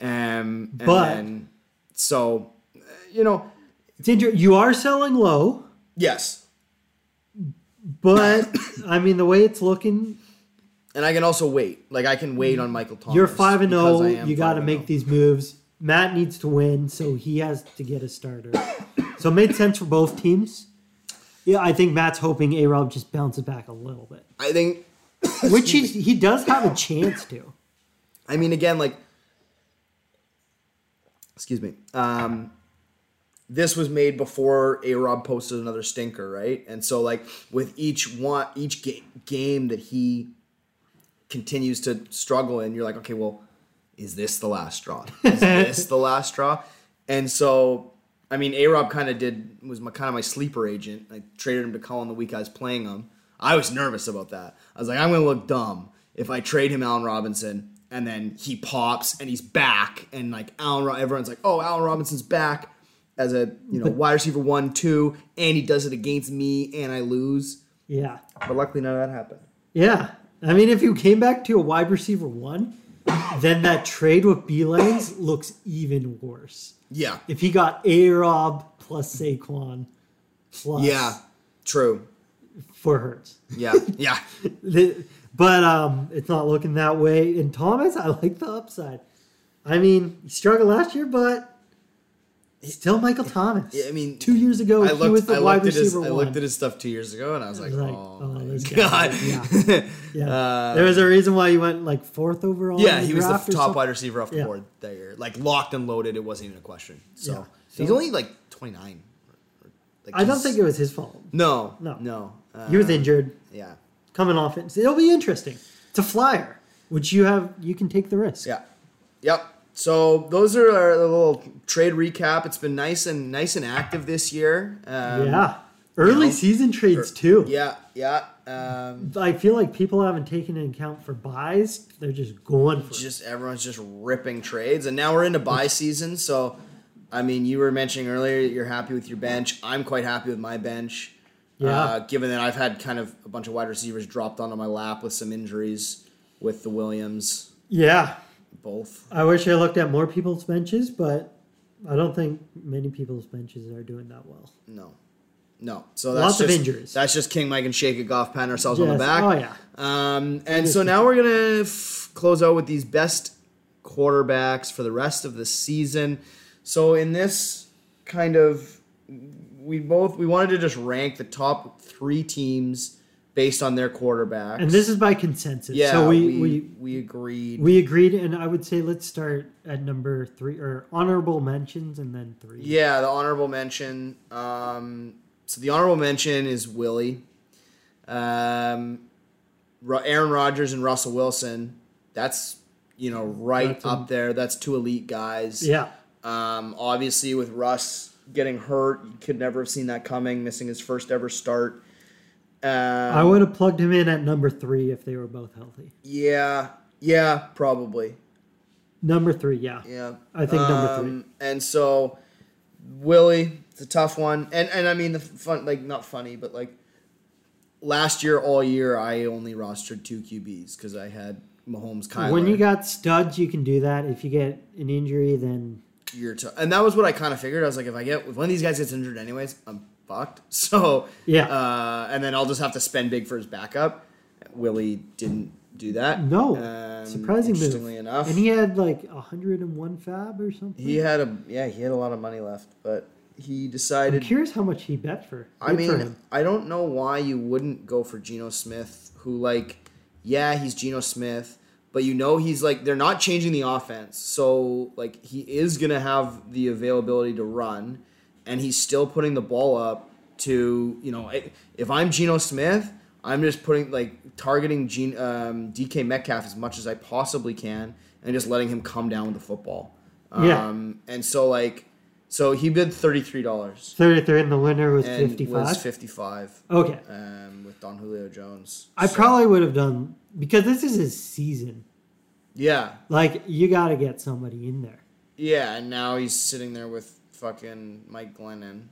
Speaker 1: um, and
Speaker 2: But-
Speaker 1: then, so uh, you know,
Speaker 2: it's inter- you are selling low,
Speaker 1: yes.
Speaker 2: but I mean the way it's looking,
Speaker 1: And I can also wait. Like I can wait on Michael Thomas.
Speaker 2: you're five and
Speaker 1: because
Speaker 2: zero.
Speaker 1: I am oh.
Speaker 2: You got to
Speaker 1: 5-0.
Speaker 2: make these moves. Matt needs to win, so he has to get a starter. so it made sense for both teams. Yeah, I think Matt's hoping A Rob just bounces back a little bit,
Speaker 1: I think.
Speaker 2: which he he does have a chance to.
Speaker 1: I mean, again, like. Excuse me. Um, this was made before A Rob posted another stinker, right? And so, like, with each one, each ga- game that he continues to struggle in, you're like, okay, well, is this the last straw? Is this the last straw? And so, I mean, A Rob kind of did was my kind of my sleeper agent. I traded him to Cullen the week I was playing him. I was nervous about that. I was like, I'm going to look dumb if I trade him Allen Robinson and then he pops and he's back and like Allen, Ro- everyone's like, oh, Allen Robinson's back as a you know wide receiver one two and he does it against me and I lose.
Speaker 2: Yeah,
Speaker 1: But luckily, none of that happened.
Speaker 2: yeah. I mean, if you came back to a wide receiver one, then that trade with Beelines looks even worse.
Speaker 1: Yeah,
Speaker 2: If he got A Rob plus Saquon plus
Speaker 1: yeah, true.
Speaker 2: for Hurts.
Speaker 1: Yeah, yeah.
Speaker 2: The- But um, it's not looking that way. And Thomas, I like the upside. I mean, he struggled last year, but he's still Michael Thomas.
Speaker 1: Yeah, I mean,
Speaker 2: two years ago,
Speaker 1: I
Speaker 2: he was
Speaker 1: looked,
Speaker 2: the
Speaker 1: I,
Speaker 2: wide
Speaker 1: looked at
Speaker 2: receiver
Speaker 1: his, I
Speaker 2: one.
Speaker 1: looked at his stuff two years ago and I was like,
Speaker 2: like,
Speaker 1: oh,
Speaker 2: oh,
Speaker 1: my
Speaker 2: this guy,
Speaker 1: God. Yeah,
Speaker 2: yeah. there was a reason why he went like fourth overall. in
Speaker 1: uh, he was the
Speaker 2: draft or
Speaker 1: top
Speaker 2: something.
Speaker 1: wide receiver off the
Speaker 2: Yeah.
Speaker 1: board that year. Like, locked and loaded. It wasn't even a question. So,
Speaker 2: Yeah.
Speaker 1: he's
Speaker 2: So-
Speaker 1: only like 29. or- or- like,
Speaker 2: I don't
Speaker 1: he's-
Speaker 2: think it was his fault.
Speaker 1: No.
Speaker 2: No.
Speaker 1: No. Uh,
Speaker 2: he was injured,
Speaker 1: yeah.
Speaker 2: coming off it. It'll be interesting. It's a flyer, which you have. You can take the risk.
Speaker 1: Yeah. Yep. So those are our little trade recap. It's been nice and nice and active this year. Um,
Speaker 2: yeah. Early
Speaker 1: know, er,
Speaker 2: season trades too.
Speaker 1: Yeah. Yeah. Um,
Speaker 2: I feel like people haven't taken into account for buys. They're just going for
Speaker 1: just everyone's just ripping trades, and now we're into buy season. So, I mean, you were mentioning earlier that you're happy with your bench. I'm quite happy with my bench.
Speaker 2: Yeah.
Speaker 1: Uh, given that I've had kind of a bunch of wide receivers dropped onto my lap with some injuries, with the Williams,
Speaker 2: Yeah.
Speaker 1: both.
Speaker 2: I wish I looked at more people's benches, but I don't think many people's benches are doing that well.
Speaker 1: No. No. So that's
Speaker 2: Lots of
Speaker 1: just,
Speaker 2: injuries.
Speaker 1: That's just King Mike and Shake It Goff patting ourselves on
Speaker 2: Yes.
Speaker 1: the back.
Speaker 2: Oh, yeah.
Speaker 1: Um, and so now we're gonna f- close out with these best quarterbacks for the rest of the season. So in this kind of, we both we wanted to just rank the top three teams based on their quarterbacks.
Speaker 2: And this is by consensus.
Speaker 1: yeah,
Speaker 2: so we,
Speaker 1: we,
Speaker 2: we
Speaker 1: we agreed.
Speaker 2: we agreed and I would say let's start at number 3 or honorable mentions and then 3.
Speaker 1: yeah, the honorable mention. Um, so the honorable mention is Willie, um, Ro- Aaron Rodgers and Russell Wilson. That's you know right
Speaker 2: That's a-
Speaker 1: up there. That's two elite guys.
Speaker 2: Yeah.
Speaker 1: Um, obviously, with Russ getting hurt, you could never have seen that coming, missing his first ever start. Um,
Speaker 2: I would have plugged him in at number 3 if they were both healthy.
Speaker 1: yeah, yeah, probably.
Speaker 2: Number 3, yeah.
Speaker 1: Yeah. Um,
Speaker 2: I think number three.
Speaker 1: And so, Willie, it's a tough one. And and I mean the fun, like not funny, but like last year, all year, I only rostered two QBs because I had Mahomes, Kyler.
Speaker 2: When you got studs, you can do that. If you get an injury, then
Speaker 1: your t- and that was what I kind of figured. I was like, if I get if one of these guys gets injured anyways, I'm fucked. So
Speaker 2: Yeah.
Speaker 1: uh, and then I'll just have to spend big for his backup. Willie didn't do that.
Speaker 2: no.
Speaker 1: Um,
Speaker 2: Surprising move.
Speaker 1: Interestingly enough,
Speaker 2: And he had like 101 fab or something.
Speaker 1: he had a yeah he had a lot of money left, but he
Speaker 2: I'm
Speaker 1: decided.
Speaker 2: curious how much he bet for.
Speaker 1: I
Speaker 2: Good for
Speaker 1: mean,
Speaker 2: him.
Speaker 1: I don't know why you wouldn't go for Geno Smith, who like, yeah, he's Geno Smith, but you know he's like they're not changing the offense, so like he is gonna have the availability to run, and he's still putting the ball up to you know I- if I'm Geno Smith, I'm just putting like targeting Gene, um, DK Metcalf as much as I possibly can and just letting him come down with the football.
Speaker 2: Yeah.
Speaker 1: Um, and so like, so he bid thirty three dollars
Speaker 2: 33 and the winner was
Speaker 1: and
Speaker 2: 55.
Speaker 1: was fifty five.
Speaker 2: okay.
Speaker 1: Um, with Don Julio Jones.
Speaker 2: I
Speaker 1: So-
Speaker 2: probably would have done because this is his season.
Speaker 1: yeah
Speaker 2: Like you got to get somebody in there.
Speaker 1: yeah, and now he's sitting there with fucking Mike Glennon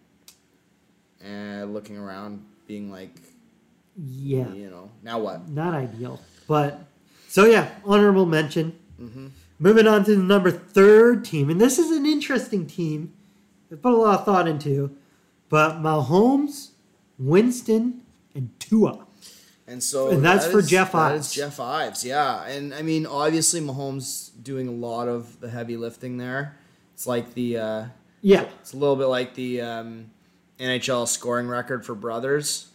Speaker 1: and looking around, being like,
Speaker 2: Yeah.
Speaker 1: you know, now what?
Speaker 2: Not ideal. But so yeah, honorable mention.
Speaker 1: Mm-hmm.
Speaker 2: Moving on to the number third team, and this is an interesting team. They put a lot of thought into, but Mahomes, Winston, and Tua.
Speaker 1: And so
Speaker 2: And that's
Speaker 1: that
Speaker 2: for
Speaker 1: is-
Speaker 2: Jeff
Speaker 1: that
Speaker 2: Ives.
Speaker 1: is Jeff Ives, yeah. And I mean, obviously, Mahomes doing a lot of the heavy lifting there. It's like the, uh,
Speaker 2: Yeah,
Speaker 1: it's a little bit like the um, NHL scoring record for brothers,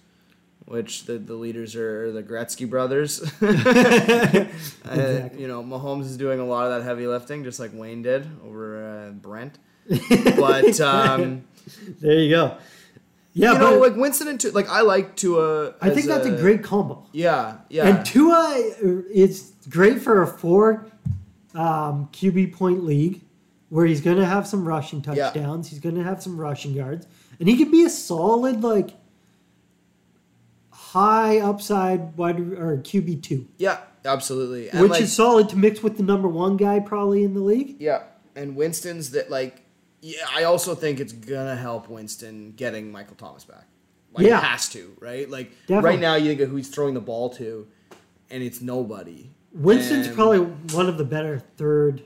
Speaker 1: which the, the leaders are the Gretzky brothers. Uh,
Speaker 2: Exactly.
Speaker 1: you know, Mahomes is doing a lot of that heavy lifting, just like Wayne did over uh, Brent. But um,
Speaker 2: there you go. Yeah,
Speaker 1: you
Speaker 2: but
Speaker 1: know, like Winston and Tua, like I like Tua.
Speaker 2: I
Speaker 1: as
Speaker 2: think that's a great combo.
Speaker 1: Yeah, yeah.
Speaker 2: And Tua is great for a four um, QB point league where he's going to have some rushing
Speaker 1: Yeah.
Speaker 2: touchdowns. He's going to have some rushing yards. And he can be a solid, like, high upside wide or QB2,
Speaker 1: yeah, absolutely. And
Speaker 2: which
Speaker 1: like,
Speaker 2: is solid to mix with the number one guy probably in the league.
Speaker 1: Yeah, and Winston's that like. Yeah, I also think it's gonna help Winston getting Michael Thomas back. Like,
Speaker 2: Yeah.
Speaker 1: it has to, right? Like
Speaker 2: Definitely.
Speaker 1: right now, you think of who he's throwing the ball to, and it's nobody.
Speaker 2: Winston's
Speaker 1: And-
Speaker 2: probably one of the better third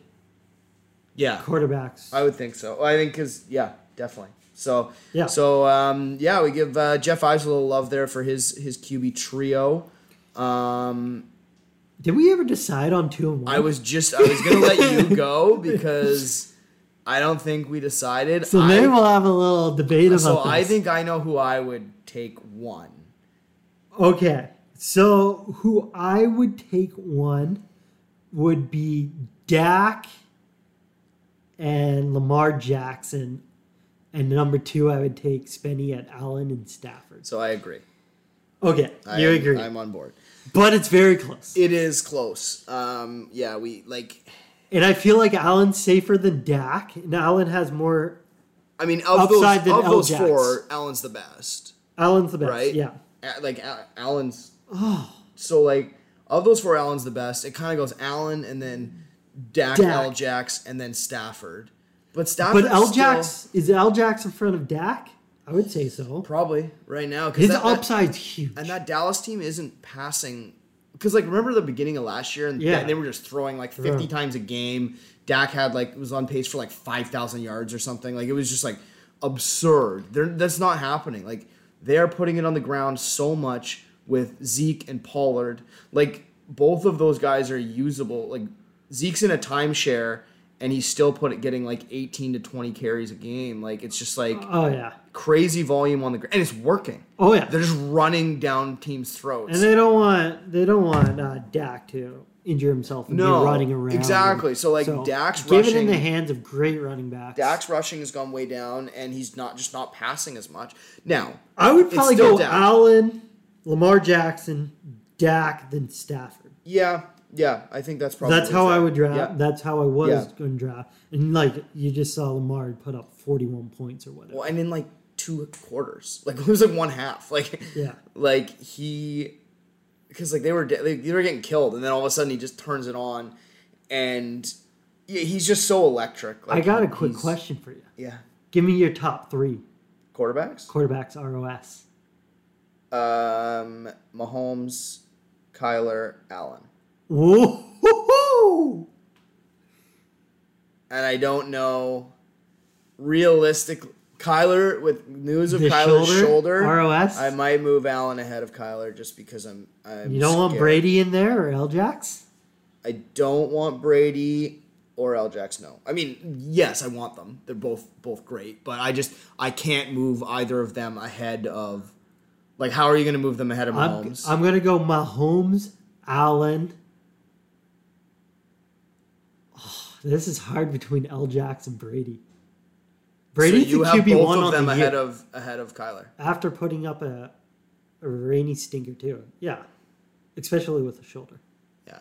Speaker 1: yeah.
Speaker 2: quarterbacks.
Speaker 1: I would think so. I think because yeah, definitely. So
Speaker 2: Yeah.
Speaker 1: So um, yeah, we give uh, Jeff Ives a little love there for his his QB trio. Um,
Speaker 2: Did we ever decide on two and one?
Speaker 1: I was just I was gonna let you go because I don't think we decided.
Speaker 2: so maybe
Speaker 1: I,
Speaker 2: we'll have a little debate about
Speaker 1: so
Speaker 2: this.
Speaker 1: I think I know who I would take one.
Speaker 2: Okay. So who I would take one would be Dak and Lamar Jackson. And number two, I would take Spenny at Allen and Stafford.
Speaker 1: So I agree.
Speaker 2: Okay,
Speaker 1: I
Speaker 2: you
Speaker 1: am-
Speaker 2: agree.
Speaker 1: I'm on board.
Speaker 2: but it's very close.
Speaker 1: It is close. Um, yeah, we like.
Speaker 2: and I feel like Allen's safer than Dak. And Allen has more.
Speaker 1: I mean, of those
Speaker 2: Upside than
Speaker 1: of
Speaker 2: L.
Speaker 1: those
Speaker 2: Jax.
Speaker 1: four, Allen's the best.
Speaker 2: Allen's the best.
Speaker 1: Right?
Speaker 2: Yeah. Oh.
Speaker 1: A- like Al- Allen's. So like of those four, Allen's the best. It kind of goes Allen and then Dak,
Speaker 2: Dak.
Speaker 1: L. Jax, and then Stafford. But Stafford.
Speaker 2: But L.
Speaker 1: still-
Speaker 2: Jax, is L. Jax in front of Dak? I would say so.
Speaker 1: probably right now because
Speaker 2: His
Speaker 1: that, that-
Speaker 2: upside's huge.
Speaker 1: and that Dallas team isn't passing. Because like remember the beginning of last year and
Speaker 2: Yeah.
Speaker 1: they were just throwing like fifty
Speaker 2: Yeah.
Speaker 1: times a game. Dak had like was on pace for like five thousand yards or something. Like it was just like absurd. They're, that's not happening. Like they are putting it on the ground so much with Zeke and Pollard. Like both of those guys are usable. Like Zeke's in a timeshare and he's still put it getting like eighteen to twenty carries a game. Like it's just like
Speaker 2: oh, yeah.
Speaker 1: crazy volume on the ground and it's working.
Speaker 2: Oh, yeah.
Speaker 1: They're just running down teams' throats.
Speaker 2: And they don't want they don't want uh, Dak to injure himself and
Speaker 1: No,
Speaker 2: be running around.
Speaker 1: exactly. So, like, Dak's
Speaker 2: give it in
Speaker 1: rushing-
Speaker 2: the hands of great running backs.
Speaker 1: Dak's rushing has gone way down, and he's not just not passing as much now.
Speaker 2: I would
Speaker 1: it's
Speaker 2: probably
Speaker 1: still
Speaker 2: go
Speaker 1: Dak.
Speaker 2: Allen, Lamar Jackson, Dak, then Stafford.
Speaker 1: Yeah, yeah, I think that's probably
Speaker 2: That's how I
Speaker 1: fair.
Speaker 2: would draft.
Speaker 1: Yeah.
Speaker 2: That's how I was
Speaker 1: Yeah.
Speaker 2: going to draft. And like you just saw Lamar put up forty one points or whatever.
Speaker 1: Well, and in like two quarters, like it was like one half, like
Speaker 2: Yeah.
Speaker 1: like he because like they were de- they, they were getting killed, and then all of a sudden he just turns it on, and yeah, he's just so electric. Like,
Speaker 2: I got a quick
Speaker 1: he's-
Speaker 2: question for you.
Speaker 1: Yeah,
Speaker 2: Give me your top three
Speaker 1: quarterbacks,
Speaker 2: quarterbacks ROS.
Speaker 1: um, Mahomes, Kyler, Allen.
Speaker 2: Whoa!
Speaker 1: and I don't know realistic Kyler with news of
Speaker 2: The
Speaker 1: Kyler's
Speaker 2: shoulder?
Speaker 1: shoulder.
Speaker 2: ROS?
Speaker 1: I might move Allen ahead of Kyler just because I'm. I'm
Speaker 2: You don't want
Speaker 1: scared.
Speaker 2: Brady in there or L. Jax?
Speaker 1: I don't want Brady or L. Jackson. No, I mean yes, I want them. They're both both great, but I just I can't move either of them ahead of. Like, how are you going to move them ahead of
Speaker 2: I'm,
Speaker 1: Mahomes?
Speaker 2: I'm gonna go Mahomes, Allen. Ah, Oh, this is hard between L. Jackson and Brady. Brady's
Speaker 1: so you
Speaker 2: the
Speaker 1: have
Speaker 2: QB
Speaker 1: both
Speaker 2: one
Speaker 1: of
Speaker 2: on
Speaker 1: them
Speaker 2: the
Speaker 1: ahead
Speaker 2: year
Speaker 1: of ahead of Kyler.
Speaker 2: after putting up a, a rainy stinker too. Yeah, especially with the shoulder.
Speaker 1: Yeah.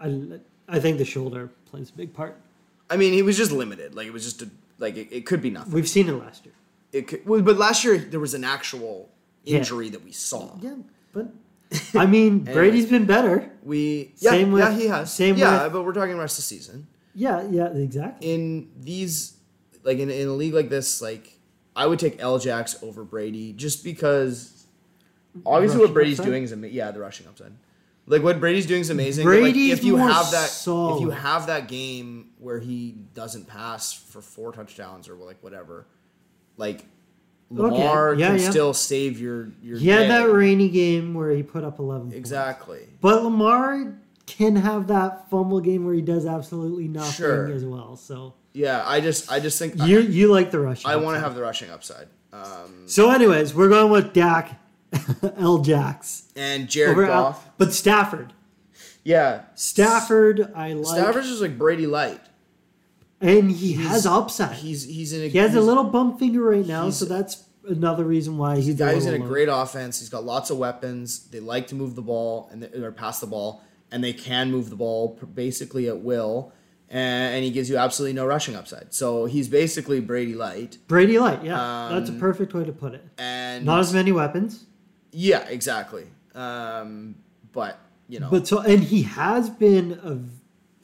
Speaker 2: I I think the shoulder plays a big part.
Speaker 1: I mean, he was just limited. Like it was just a, like it, it could be nothing.
Speaker 2: We've seen it last year.
Speaker 1: It could, well, but last year there was an actual
Speaker 2: Yeah.
Speaker 1: injury that we saw.
Speaker 2: Yeah, but I mean Brady's been better.
Speaker 1: We yeah,
Speaker 2: Same with-
Speaker 1: yeah he has
Speaker 2: same
Speaker 1: yeah,
Speaker 2: with-
Speaker 1: but we're talking rest of the season.
Speaker 2: Yeah, yeah, exactly.
Speaker 1: in these like in, in a league like this, like I would take Ljax over Brady just because obviously
Speaker 2: Rushing
Speaker 1: what Brady's
Speaker 2: upside?
Speaker 1: doing is ama- yeah the rushing upside. Like what Brady's doing is amazing. but,
Speaker 2: Brady's
Speaker 1: like, if you
Speaker 2: more
Speaker 1: have that if you
Speaker 2: solid.
Speaker 1: have that game where he doesn't pass for four touchdowns or like whatever, like Lamar
Speaker 2: Yeah,
Speaker 1: can
Speaker 2: yeah.
Speaker 1: still save your your
Speaker 2: He
Speaker 1: day.
Speaker 2: had that rainy game where he put up 11 points.
Speaker 1: exactly.
Speaker 2: But Lamar can have that fumble game where he does absolutely nothing
Speaker 1: Sure.
Speaker 2: as well. So
Speaker 1: Yeah, I just I just think
Speaker 2: you you like the rush.
Speaker 1: I, I want to have the rushing upside. Um,
Speaker 2: So, anyways, we're going with Dak, L. Jax
Speaker 1: and Jared
Speaker 2: over Al-
Speaker 1: Goff,
Speaker 2: but Stafford.
Speaker 1: yeah,
Speaker 2: Stafford, I like,
Speaker 1: Stafford's just like Brady light.
Speaker 2: and he has upside.
Speaker 1: He's he's in a
Speaker 2: He has a
Speaker 1: he's-
Speaker 2: little bump finger right now,
Speaker 1: he's-
Speaker 2: so that's another reason why he's,
Speaker 1: the guy who's in a
Speaker 2: little low.
Speaker 1: great offense. He's got lots of weapons. They like to move the ball and they, or pass the ball, and they can move the ball p- basically at will. And, and he gives you absolutely no rushing upside. So he's basically Brady light.
Speaker 2: Brady light. Yeah,
Speaker 1: Um,
Speaker 2: that's a perfect way to put it.
Speaker 1: And
Speaker 2: Not as many weapons,
Speaker 1: yeah, exactly. Um, but you know,
Speaker 2: but so and he has been a v-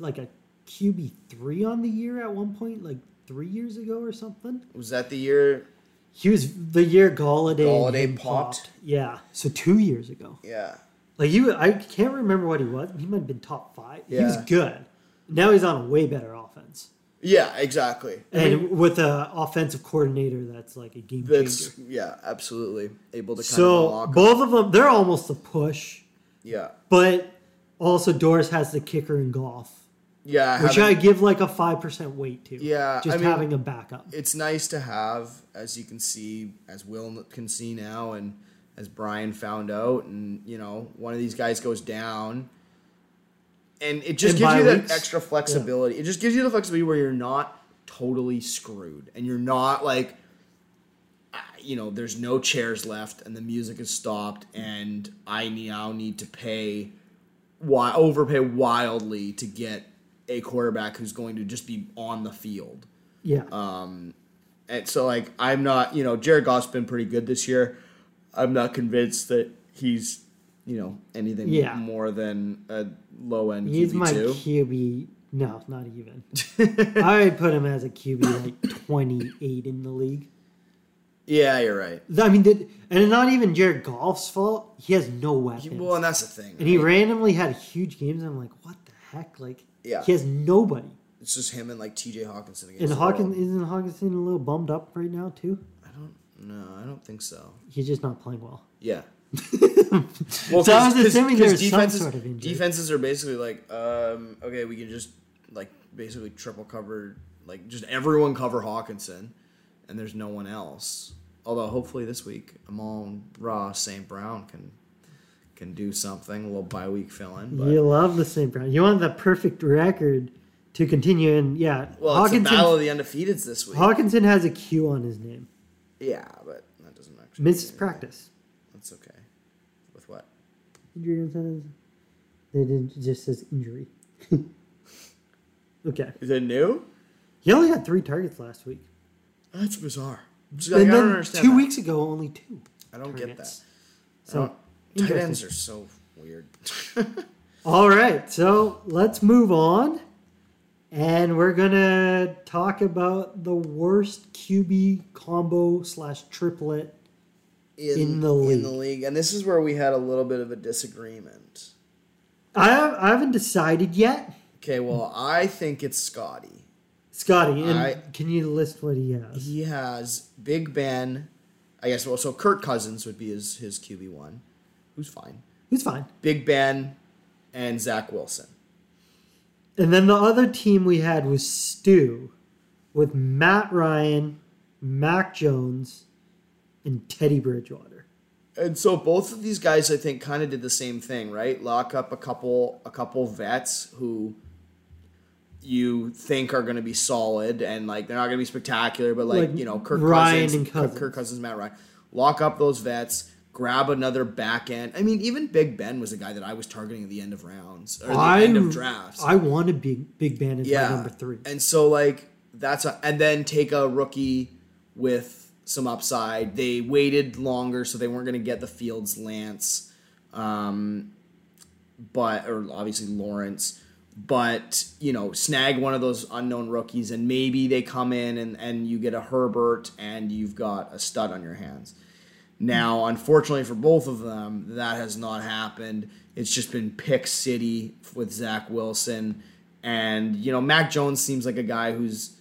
Speaker 2: like a QB three on the year at one point, like three years ago or something.
Speaker 1: was that the year?
Speaker 2: He was the year Galladay, and
Speaker 1: Galladay
Speaker 2: him
Speaker 1: popped.
Speaker 2: Yeah, so two years ago.
Speaker 1: Yeah,
Speaker 2: Like you, I can't remember what he was. He might have been top five. He was
Speaker 1: Yeah.
Speaker 2: good. Now he's on a way better offense,
Speaker 1: yeah, exactly. I mean,
Speaker 2: and with an offensive coordinator that's like a game changer.
Speaker 1: that's yeah, absolutely able to kind of
Speaker 2: So
Speaker 1: unlock.
Speaker 2: both of them, they're almost a push,
Speaker 1: yeah,
Speaker 2: but also Doris has the kicker in golf,
Speaker 1: yeah.
Speaker 2: which
Speaker 1: having-
Speaker 2: I give like a five percent weight to.
Speaker 1: Yeah,
Speaker 2: just
Speaker 1: I mean-
Speaker 2: having a backup.
Speaker 1: it's nice to have, as you can see, as Will can see now, and as Brian found out, and you know, one of these guys goes down, and it just
Speaker 2: And
Speaker 1: gives
Speaker 2: bye
Speaker 1: you
Speaker 2: weeks.
Speaker 1: that extra flexibility. It just gives you the flexibility where you're not totally screwed, and you're not like, ah, you know, there's no chairs left, and the music is stopped, and I now need to pay, wi- overpay wildly to get a quarterback who's going to just be on the field.
Speaker 2: Yeah,
Speaker 1: Uh, And so, like, I'm not, you know, Jared Goff's been pretty good this year. I'm not convinced that he's, you know, anything
Speaker 2: Yeah.
Speaker 1: more than a low end
Speaker 2: he's my
Speaker 1: QB2.
Speaker 2: QB. No, not even. I would put him as a QB like twenty eight in the league.
Speaker 1: Yeah, you're right.
Speaker 2: I mean, did, and it's not even Jared Goff's fault. He has no
Speaker 1: He-
Speaker 2: weapons.
Speaker 1: Well, and that's the thing.
Speaker 2: and he
Speaker 1: right?
Speaker 2: randomly had huge games. And I'm like, what the heck? Like,
Speaker 1: Yeah.
Speaker 2: he has nobody.
Speaker 1: It's just him and, like, TJ Hawkinson against
Speaker 2: And
Speaker 1: the
Speaker 2: Hawkins
Speaker 1: world.
Speaker 2: isn't Hawkinson a little bummed up right now too?
Speaker 1: I don't, no, I don't think so.
Speaker 2: He's just not playing well.
Speaker 1: Yeah. well,
Speaker 2: So I was
Speaker 1: 'cause- 'cause-
Speaker 2: assuming
Speaker 1: 'cause
Speaker 2: there was some
Speaker 1: defenses,
Speaker 2: sort of injury.
Speaker 1: Defenses are basically like, um, okay, we can just like basically triple cover, like just everyone cover Hawkinson, and there's no one else. Although hopefully this week, Amon Ross St. Brown can can do something, a little bye week fill in. But
Speaker 2: you love the St. Brown. You want the perfect record to continue, and yeah,
Speaker 1: well, it's a battle
Speaker 2: Hawkinson.
Speaker 1: of the undefeateds this week.
Speaker 2: Hawkinson has a Q on his name.
Speaker 1: yeah, but that doesn't actually
Speaker 2: Misses
Speaker 1: mean anything.
Speaker 2: practice.
Speaker 1: That's okay. With what?
Speaker 2: Injury on Sundays. They did it just says injury. okay,
Speaker 1: Is it new?
Speaker 2: he only had three targets last week,
Speaker 1: That's bizarre. Just, like,
Speaker 2: and
Speaker 1: I don't
Speaker 2: then
Speaker 1: understand
Speaker 2: two
Speaker 1: that.
Speaker 2: weeks ago only two.
Speaker 1: I don't get that.
Speaker 2: targets.
Speaker 1: So
Speaker 2: So
Speaker 1: tight
Speaker 2: interesting.
Speaker 1: ends are so weird.
Speaker 2: All right, so let's move on. And we're going to talk about the worst QB combo slash triplet. In the
Speaker 1: in the league, and this is where we had a little bit of a disagreement.
Speaker 2: I, have, I haven't decided yet.
Speaker 1: Okay, well, I think it's Scotty.
Speaker 2: Scotty, and
Speaker 1: I-
Speaker 2: can you list what he has?
Speaker 1: He has Big Ben. I guess well, so Kirk Cousins would be his his QB one, who's fine.
Speaker 2: He's fine.
Speaker 1: Big Ben and Zach Wilson.
Speaker 2: And then the other team we had was Stu with Matt Ryan, Mac Jones, and Teddy Bridgewater.
Speaker 1: And so both of these guys, I think, kind of did the same thing, right? Lock up a couple, a couple vets who you think are going to be solid and like they're not going to be spectacular, but like,
Speaker 2: Like
Speaker 1: you know, Kirk
Speaker 2: Ryan
Speaker 1: Cousins,
Speaker 2: and Cousins.
Speaker 1: Kirk Cousins, Matt Ryan, lock up those vets, grab another back end. I mean, even Big Ben was a guy that I was targeting at the end of rounds or the end of drafts.
Speaker 2: I want a big Big Ben as
Speaker 1: yeah,
Speaker 2: my number three.
Speaker 1: And so like that's a, and then take a rookie with some upside. They waited longer, so they weren't going to get the Fields Lance um, but or obviously Lawrence, but you know, snag one of those unknown rookies and maybe they come in and, and you get a Herbert and you've got a stud on your hands. Now, unfortunately for both of them, that has not happened. It's just been pick city with Zach Wilson. And, you know, Mac Jones seems like a guy who's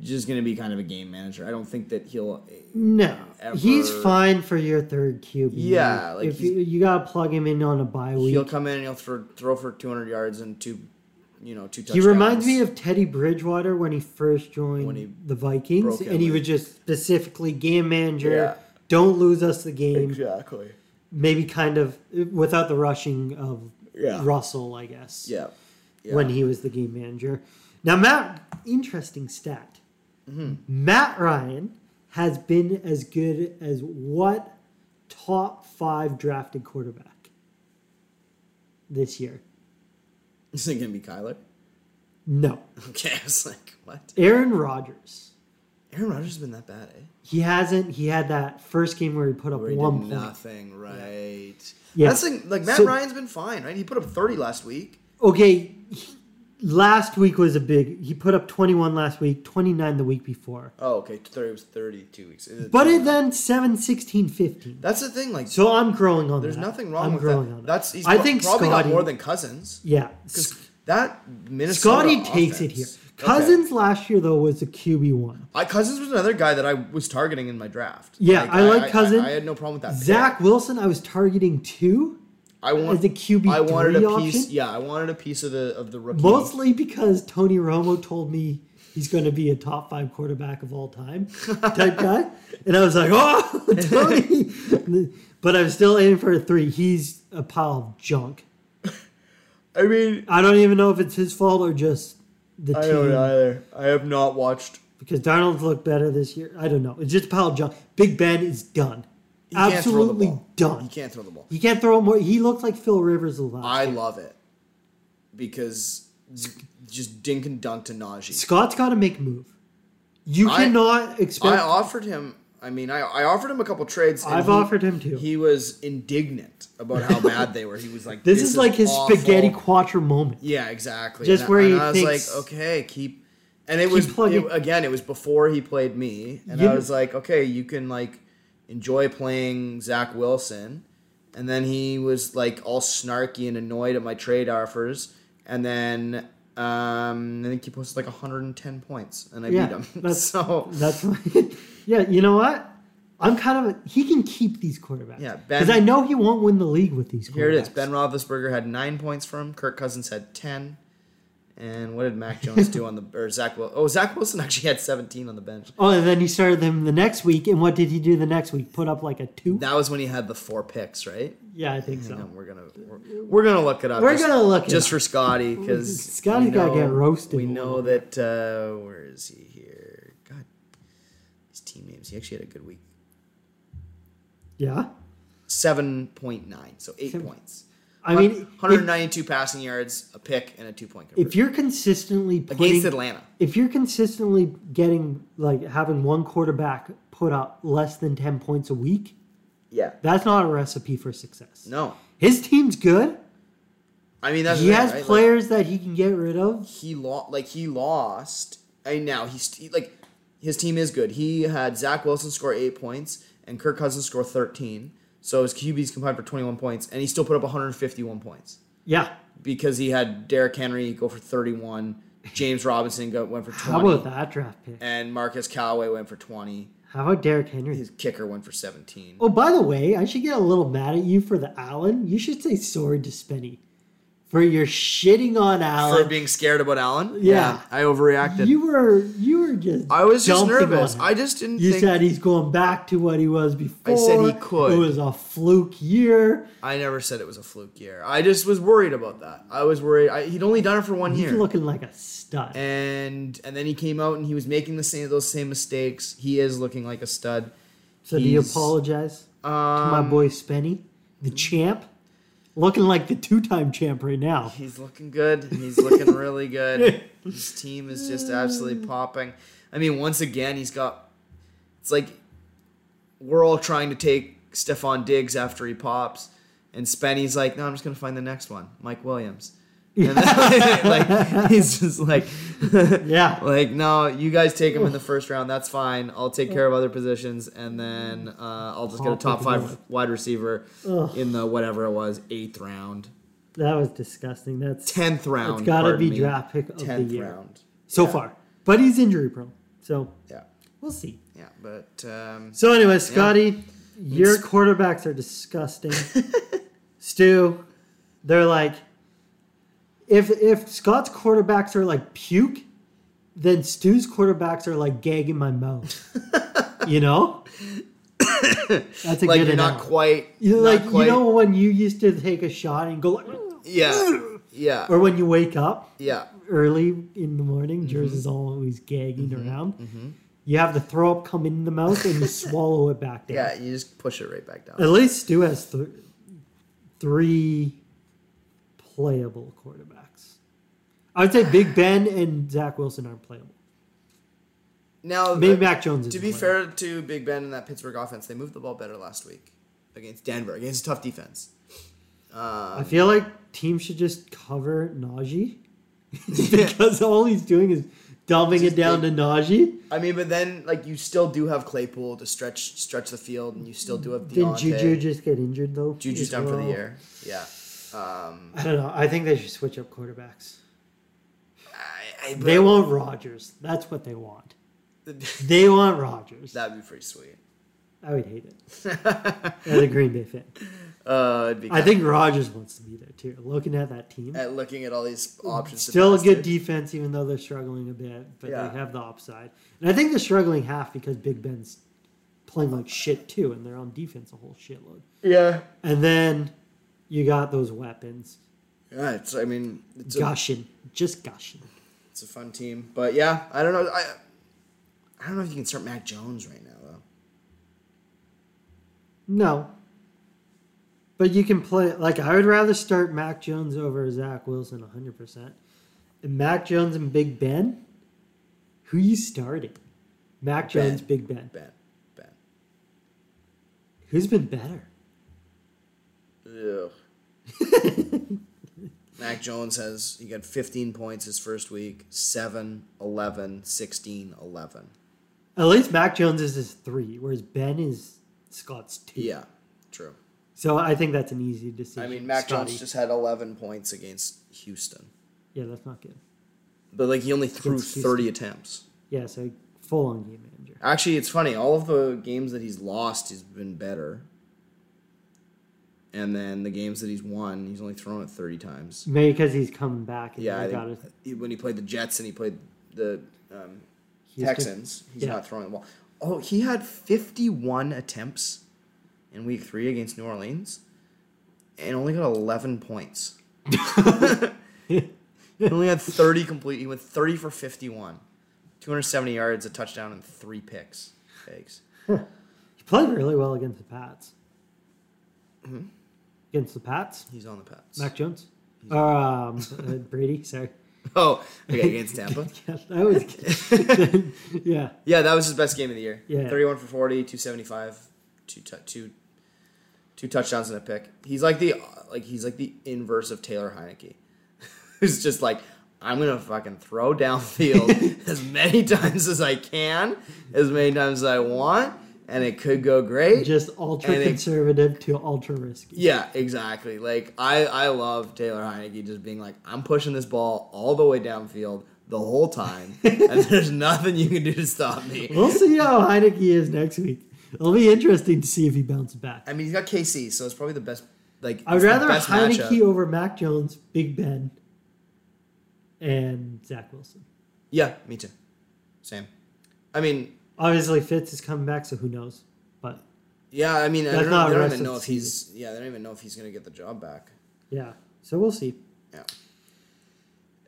Speaker 1: just going to be kind of a game manager. I don't think that he'll.
Speaker 2: No, he's
Speaker 1: Ever-
Speaker 2: fine for your third QB.
Speaker 1: Yeah, like
Speaker 2: if
Speaker 1: he's-
Speaker 2: you, you gotta plug him in on a bye week.
Speaker 1: He'll come in and he'll throw, throw for 200 yards and two, you know, two
Speaker 2: He
Speaker 1: touchdowns.
Speaker 2: reminds me of Teddy Bridgewater when he first joined
Speaker 1: When he
Speaker 2: the
Speaker 1: broke
Speaker 2: Vikings,
Speaker 1: it
Speaker 2: and he
Speaker 1: with-
Speaker 2: was just specifically game manager.
Speaker 1: Yeah.
Speaker 2: Don't lose us the game.
Speaker 1: Exactly.
Speaker 2: Maybe kind of without the rushing of
Speaker 1: Yeah.
Speaker 2: Russell, I guess.
Speaker 1: Yeah. yeah.
Speaker 2: when he was the game manager. Now, Matt, interesting stat.
Speaker 1: Mm-hmm.
Speaker 2: Matt Ryan has been as good as what top five drafted quarterback this year?
Speaker 1: Is it gonna be Kyler?
Speaker 2: No.
Speaker 1: Okay, I was like, what?
Speaker 2: Aaron Rodgers.
Speaker 1: Aaron Rodgers has been that bad, eh?
Speaker 2: He hasn't. He had that first game where he put up
Speaker 1: Where he
Speaker 2: one
Speaker 1: did
Speaker 2: point.
Speaker 1: nothing, right?
Speaker 2: Yeah.
Speaker 1: That's like, like Matt
Speaker 2: So-
Speaker 1: Ryan's been fine, right? He put up thirty last week.
Speaker 2: Okay, he- last week was a big. He put up 21 last week, 29 the week before.
Speaker 1: Oh, okay, thirty it was thirty-two weeks. Is
Speaker 2: But it then 7, 16, 15.
Speaker 1: that's the thing. Like,
Speaker 2: So I'm growing on
Speaker 1: there's
Speaker 2: that.
Speaker 1: nothing wrong
Speaker 2: I'm
Speaker 1: with
Speaker 2: growing
Speaker 1: that.
Speaker 2: on that.
Speaker 1: That's he's
Speaker 2: I
Speaker 1: pro-
Speaker 2: think
Speaker 1: probably
Speaker 2: Scotty,
Speaker 1: got more than Cousins
Speaker 2: yeah.
Speaker 1: because that Minnesota
Speaker 2: Scotty takes it here.
Speaker 1: offense- Okay.
Speaker 2: Cousins last year though was a QB one.
Speaker 1: I, Cousins was another guy that I was targeting in my draft.
Speaker 2: Yeah, I like Cousins.
Speaker 1: I, had no problem with that. pick.
Speaker 2: Zach Wilson, I was targeting two,
Speaker 1: I want
Speaker 2: as a QB
Speaker 1: I wanted a
Speaker 2: three
Speaker 1: piece.
Speaker 2: option?
Speaker 1: Yeah, I wanted a piece of the of the rookie.
Speaker 2: mostly because Tony Romo told me he's going to be a top five quarterback of all time type guy, and I was like, oh, Tony. but I'm still aiming for a three. He's a pile of junk.
Speaker 1: I mean,
Speaker 2: I don't even know if it's his fault or just the
Speaker 1: I
Speaker 2: team.
Speaker 1: don't either. I have not watched.
Speaker 2: because Darnold's looked better this year. I don't know. It's just a pile of junk. Big Ben is done.
Speaker 1: He can't throw the
Speaker 2: Absolutely
Speaker 1: ball.
Speaker 2: done.
Speaker 1: He can't throw the ball.
Speaker 2: He can't throw more. He looked like Phil Rivers a lot.
Speaker 1: I love it because z- just dink and dunk to Najee.
Speaker 2: Scott's got to make a move. You
Speaker 1: I-
Speaker 2: cannot
Speaker 1: I
Speaker 2: expect.
Speaker 1: offered him. I mean, I, I offered him a couple trades. and
Speaker 2: I've
Speaker 1: he-
Speaker 2: offered him too.
Speaker 1: He was indignant about how bad they were. He was like,
Speaker 2: this, is, like his
Speaker 1: awful."
Speaker 2: spaghetti quattro moment.
Speaker 1: Yeah, exactly.
Speaker 2: Just
Speaker 1: And I-
Speaker 2: where
Speaker 1: and
Speaker 2: he
Speaker 1: I was
Speaker 2: thinks-
Speaker 1: like, okay, keep. And it was
Speaker 2: plugging-
Speaker 1: it- again, it was before he played me, and
Speaker 2: You-
Speaker 1: I was like, okay, you can like enjoy playing Zach Wilson, and then he was like all snarky and annoyed at my trade offers, and then um, I think he posted like 110 points, and I
Speaker 2: Yeah,
Speaker 1: beat him.
Speaker 2: that's-
Speaker 1: so
Speaker 2: That's why. yeah. You know what? I'm kind of. A, he can keep these quarterbacks.
Speaker 1: Yeah, Ben-
Speaker 2: Because I know he won't win the league with these. quarterbacks.
Speaker 1: here it is. Ben Roethlisberger had nine points for him. Kirk Cousins had 10. And what did Mac Jones do on the or Zach? Wil- Oh, Zach Wilson actually had 17 on the bench.
Speaker 2: Oh, and then he started them the next week. And what did he do the next week? Put up like a two.
Speaker 1: That was when he had the four picks, right?
Speaker 2: yeah, I think so.
Speaker 1: And we're gonna we're, we're gonna look it up.
Speaker 2: We're
Speaker 1: just-
Speaker 2: gonna look it
Speaker 1: just
Speaker 2: up.
Speaker 1: for Scotty because
Speaker 2: Scotty's gotta get roasted
Speaker 1: We
Speaker 2: a
Speaker 1: know
Speaker 2: little
Speaker 1: that. Uh, where is he here? God, his team names. He actually had a good week.
Speaker 2: Yeah.
Speaker 1: Seven point nine, so eight
Speaker 2: Seven-
Speaker 1: points.
Speaker 2: I mean,
Speaker 1: one hundred ninety-two passing yards, a pick, and a two-point conversion
Speaker 2: if you're consistently
Speaker 1: against
Speaker 2: putting,
Speaker 1: Atlanta.
Speaker 2: if you're consistently getting like having one quarterback put up less than 10 points a week
Speaker 1: Yeah.
Speaker 2: that's not a recipe for success
Speaker 1: No,
Speaker 2: his team's good
Speaker 1: I mean that's
Speaker 2: he
Speaker 1: the thing,
Speaker 2: has
Speaker 1: right? Like,
Speaker 2: players that he can get rid of
Speaker 1: he lost like he lost and now he's he, like his team is good he had zach wilson score eight points and kirk cousins score 13 so his qb's combined for 21 points and he still put up 151 points
Speaker 2: yeah
Speaker 1: because he had Derrick henry go for 31 james robinson go, went for 20
Speaker 2: how about that draft pick
Speaker 1: and marcus callaway went for 20
Speaker 2: how about Derrick henry
Speaker 1: his kicker went for 17
Speaker 2: oh by the way i should get a little mad at you for the allen you should say sorry to spenny for your shitting on
Speaker 1: for
Speaker 2: Allen.
Speaker 1: being scared about Allen.
Speaker 2: Oh, Yeah.
Speaker 1: I overreacted.
Speaker 2: you were you were just
Speaker 1: I was just
Speaker 2: dumping on
Speaker 1: nervous.
Speaker 2: him.
Speaker 1: I just didn't
Speaker 2: you
Speaker 1: think.
Speaker 2: said he's going back to what he was before.
Speaker 1: said he could.
Speaker 2: It was a fluke year.
Speaker 1: I never said it was a fluke year. I just was worried about that. I was worried. I, he'd only done it for one
Speaker 2: He's
Speaker 1: year.
Speaker 2: looking like a stud.
Speaker 1: and and then he came out and he was making the same those same mistakes. He is looking like a stud.
Speaker 2: so do you
Speaker 1: he's-
Speaker 2: apologize to
Speaker 1: Um,
Speaker 2: my boy Spenny, the champ, looking like the two-time champ right now?
Speaker 1: He's looking good. He's looking really good. His team is just absolutely popping. I mean, once again, he's got. It's like we're all trying to take Stefan Diggs after he pops, and Spenny's like, "No, I'm just gonna find the next one, Mike Williams." And then, like he's just like,
Speaker 2: Yeah.
Speaker 1: like no, you guys take him in the first round. That's fine. I'll take care of other positions, and then uh, I'll just get a
Speaker 2: I'll
Speaker 1: top
Speaker 2: pick him
Speaker 1: five
Speaker 2: up."
Speaker 1: wide receiver
Speaker 2: Ugh.
Speaker 1: in the whatever it was eighth round,
Speaker 2: That was disgusting. That's
Speaker 1: tenth round.
Speaker 2: it's got to
Speaker 1: pardon
Speaker 2: be
Speaker 1: me
Speaker 2: draft pick of the
Speaker 1: tenth
Speaker 2: year
Speaker 1: round.
Speaker 2: so
Speaker 1: Yeah.
Speaker 2: far, but he's injury prone, so
Speaker 1: Yeah,
Speaker 2: we'll see.
Speaker 1: yeah, but um,
Speaker 2: So anyway, Scotty, your quarterbacks are disgusting. Stu, they're like if if Scott's quarterbacks are like puke, then Stu's quarterbacks are like gag in my mouth. you know? That's a
Speaker 1: like
Speaker 2: good
Speaker 1: you're not
Speaker 2: analogy.
Speaker 1: quite, not
Speaker 2: You're like
Speaker 1: quite-
Speaker 2: you know when you used to take a shot and go like
Speaker 1: yeah, yeah,
Speaker 2: or when you wake up
Speaker 1: yeah,
Speaker 2: early in the morning,
Speaker 1: Mm-hmm.
Speaker 2: yours is always gagging around. You have the throw up come in the mouth and you swallow it back down.
Speaker 1: yeah. You just push it right back down.
Speaker 2: At least Stu has th- three playable quarterbacks. I would say Big Ben and Zach Wilson aren't playable.
Speaker 1: Now,
Speaker 2: Maybe
Speaker 1: uh,
Speaker 2: Mac Jones.
Speaker 1: to
Speaker 2: isn't
Speaker 1: be
Speaker 2: playable.
Speaker 1: fair to Big Ben and that Pittsburgh offense, they moved the ball better last week against Denver, against a tough defense.
Speaker 2: I feel like teams should just cover Najee because all he's doing is dumbing it
Speaker 1: Just
Speaker 2: down to Najee.
Speaker 1: I mean, but then like you still do have Claypool to stretch stretch the field, and you still do have
Speaker 2: Didn't
Speaker 1: Deontay.
Speaker 2: Juju just get injured though?
Speaker 1: Juju's
Speaker 2: as
Speaker 1: done for the
Speaker 2: well?
Speaker 1: year. Yeah. Um,
Speaker 2: I don't know. I think they should switch up quarterbacks.
Speaker 1: I, I,
Speaker 2: They want Rodgers. That's what they want. They want Rodgers.
Speaker 1: that'd be pretty sweet.
Speaker 2: I would hate it. As a Green Bay fan.
Speaker 1: Uh, it'd be
Speaker 2: I think Rogers wants to be there too. Looking at that team,
Speaker 1: at looking at all these options. to
Speaker 2: still a
Speaker 1: pass
Speaker 2: good
Speaker 1: to.
Speaker 2: defense, even though they're struggling a bit, but
Speaker 1: Yeah.
Speaker 2: they have the upside. And I think they're struggling half because Big Ben's playing like shit too, and they're on defense a whole shitload.
Speaker 1: yeah.
Speaker 2: And then you got those weapons,
Speaker 1: Yeah, it's. I mean, it's a,
Speaker 2: gushing, just gushing.
Speaker 1: it's a fun team, but yeah, I don't know. I I don't know if you can start Mac Jones right now though.
Speaker 2: No, but you can play. Like I would rather start Mac Jones over Zach Wilson, hundred percent. And Mac Jones and Big Ben, who you starting? Mac
Speaker 1: Ben.
Speaker 2: Jones, Big Ben.
Speaker 1: Ben, Ben.
Speaker 2: Who's been better?
Speaker 1: Ugh. Mac Jones has he got 15 points his first week, 7, 11, 16, 11.
Speaker 2: At least Mac Jones is his three, whereas Ben is Scott's two.
Speaker 1: Yeah, true.
Speaker 2: So I think that's an easy decision.
Speaker 1: I mean, Mac
Speaker 2: Scotty.
Speaker 1: Jones just had 11 points against Houston.
Speaker 2: Yeah, that's not good.
Speaker 1: But like he only threw
Speaker 2: Against Houston.
Speaker 1: 30 attempts.
Speaker 2: Yeah, so full on game manager.
Speaker 1: Actually, it's funny. All of the games that he's lost, he's been better. And then the games that he's won, he's only thrown it 30 times.
Speaker 2: Maybe because he's coming back. And
Speaker 1: Yeah,
Speaker 2: they
Speaker 1: I
Speaker 2: got
Speaker 1: think
Speaker 2: it.
Speaker 1: he- when he played the Jets and he played the um,
Speaker 2: Houston.
Speaker 1: Texans, he's
Speaker 2: Yeah.
Speaker 1: not throwing the ball. Oh, he had 51 attempts in week three against New Orleans and only got 11 points. he only had 30 complete. He went 30 for 51, 270 yards, a touchdown, and three picks. Thanks.
Speaker 2: He played really well against the Pats.
Speaker 1: Mm-hmm.
Speaker 2: Against the Pats,
Speaker 1: He's on the Pats.
Speaker 2: Mac Jones, or um, uh, Brady. Sorry,
Speaker 1: Oh, okay, against Tampa.
Speaker 2: yeah, that was. yeah,
Speaker 1: Yeah, that was his best game of the year.
Speaker 2: Yeah.
Speaker 1: 31 for 40, 275, two, tou- two, two touchdowns and a pick. He's like the like he's like the inverse of Taylor Heineke. Who's just like I'm going to fucking throw downfield as many times as I can, as many times as I want, and it could go great.
Speaker 2: just ultra
Speaker 1: And it-
Speaker 2: conservative to ultra risky.
Speaker 1: Yeah, exactly. Like I, I love Taylor Heineke just being like, I'm pushing this ball all the way downfield the whole time, and there's nothing you can do to stop me.
Speaker 2: We'll see how Heineke is next week. It'll be interesting to see if he bounces back.
Speaker 1: I mean, he's got KC, so it's probably the best like
Speaker 2: I
Speaker 1: it's
Speaker 2: would
Speaker 1: the
Speaker 2: rather
Speaker 1: best matchup.
Speaker 2: Heineke over Mac Jones, Big Ben, and Zach Wilson.
Speaker 1: Yeah, me too. Same. I mean,
Speaker 2: Obviously, Fitz is coming back, so who knows? But
Speaker 1: yeah, I mean, I
Speaker 2: That's
Speaker 1: don't,
Speaker 2: not
Speaker 1: they don't
Speaker 2: rest
Speaker 1: even
Speaker 2: of
Speaker 1: know if
Speaker 2: the
Speaker 1: he's yeah, they don't even know if he's gonna get the job back.
Speaker 2: yeah, so we'll see.
Speaker 1: Yeah.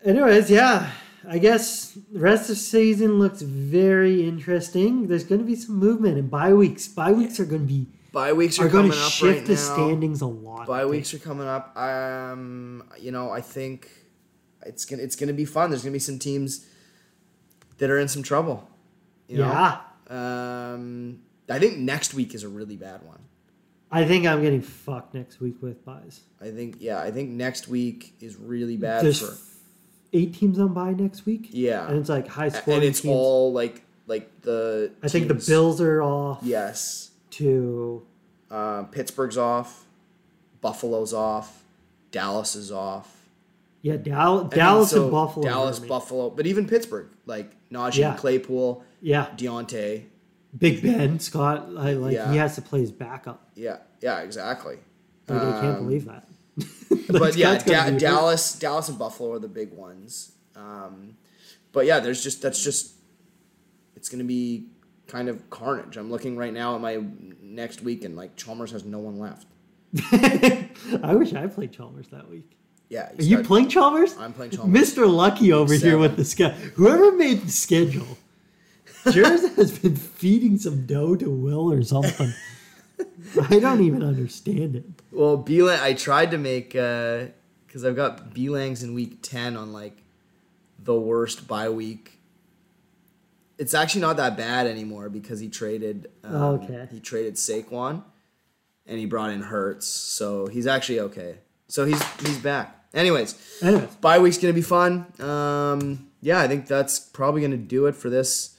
Speaker 2: Anyways, yeah, I guess the rest of the season looks very interesting. There's going to be some movement in bye weeks. Bye weeks are going to be
Speaker 1: Bye weeks are,
Speaker 2: are going
Speaker 1: coming
Speaker 2: to
Speaker 1: up
Speaker 2: shift
Speaker 1: right
Speaker 2: the
Speaker 1: now.
Speaker 2: standings a lot. I
Speaker 1: Bye
Speaker 2: think.
Speaker 1: weeks are coming up. Um, you know, I think it's gonna it's gonna be fun. There's gonna be some teams that are in some trouble. You know?
Speaker 2: yeah,
Speaker 1: Um, I think next week is a really bad one.
Speaker 2: I think I'm getting fucked next week with buys.
Speaker 1: I think yeah, I think next week is really bad
Speaker 2: There's
Speaker 1: for
Speaker 2: eight teams on bye next week.
Speaker 1: Yeah.
Speaker 2: and it's like high scoring.
Speaker 1: and it's
Speaker 2: teams.
Speaker 1: all like like the
Speaker 2: I think the
Speaker 1: teams.
Speaker 2: Bills are off
Speaker 1: Yes.
Speaker 2: to
Speaker 1: Uh, Pittsburgh's off. Buffalo's off. Dallas is off.
Speaker 2: yeah Dal-
Speaker 1: I mean,
Speaker 2: Dallas
Speaker 1: so
Speaker 2: and Buffalo. are
Speaker 1: Dallas,
Speaker 2: me.
Speaker 1: Buffalo, but even Pittsburgh, like Najee,
Speaker 2: Yeah.
Speaker 1: Claypool,
Speaker 2: Yeah,
Speaker 1: Deontay.
Speaker 2: Big Ben Scott. I, like
Speaker 1: Yeah.
Speaker 2: he has to play his backup.
Speaker 1: Yeah, yeah, exactly.
Speaker 2: Like, I can't
Speaker 1: Um,
Speaker 2: believe that.
Speaker 1: But yeah,
Speaker 2: Scott's gonna
Speaker 1: da-
Speaker 2: be-
Speaker 1: Dallas, Dallas, and Buffalo are the big ones. Um, but yeah, there's just that's just it's gonna be kind of carnage. I'm looking right now at my next week, and like Chalmers has no one left.
Speaker 2: I wish I played Chalmers that week.
Speaker 1: Yeah,
Speaker 2: Are you playing Chalmers?
Speaker 1: I'm playing Chalmers.
Speaker 2: Mr. Lucky over here
Speaker 1: Seven.
Speaker 2: with the schedule. Whoever made the schedule, Jers has been feeding some dough to Will or something. I don't even understand it.
Speaker 1: Well, Beelang, I tried to make because I've got Beelang's in week ten on like the worst bye week. It's actually not that bad anymore because he traded. Um,
Speaker 2: Oh, Okay.
Speaker 1: He traded Saquon, and he brought in Hertz, so he's actually okay. So he's he's back. Anyways,
Speaker 2: Anyways,
Speaker 1: bye week's gonna be fun. Um, yeah, I think that's probably gonna do it for this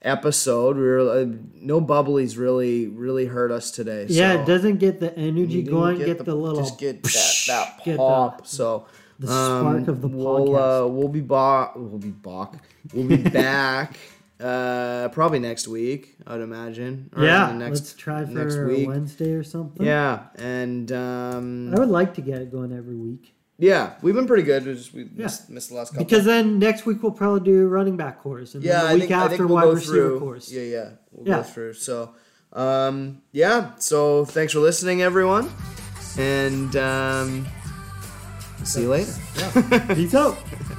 Speaker 1: episode. We were uh, no bubblies really really hurt us today.
Speaker 2: yeah,
Speaker 1: so
Speaker 2: it doesn't get the energy
Speaker 1: you didn't
Speaker 2: going. Get, the, little
Speaker 1: just get that, that
Speaker 2: get the-
Speaker 1: pop. so
Speaker 2: the spark of the
Speaker 1: We'll, uh, we'll be ba- We'll be back. We'll be back. Uh, probably next week, I would imagine. Or
Speaker 2: yeah.
Speaker 1: the
Speaker 2: let's try for
Speaker 1: next week.
Speaker 2: Wednesday or something.
Speaker 1: Yeah, and
Speaker 2: I
Speaker 1: um,
Speaker 2: would like to get it going every week
Speaker 1: yeah, we've been pretty good. We just we missed, missed the last couple.
Speaker 2: because then next week we'll probably do running back course and
Speaker 1: yeah,
Speaker 2: then the
Speaker 1: I
Speaker 2: week
Speaker 1: think, I
Speaker 2: after
Speaker 1: think we'll
Speaker 2: wide
Speaker 1: go
Speaker 2: receiver
Speaker 1: through.
Speaker 2: course.
Speaker 1: Yeah, yeah, we'll
Speaker 2: Yeah.
Speaker 1: go through. So, um, yeah. So thanks for listening, everyone, and um, see you later.
Speaker 2: Peace out.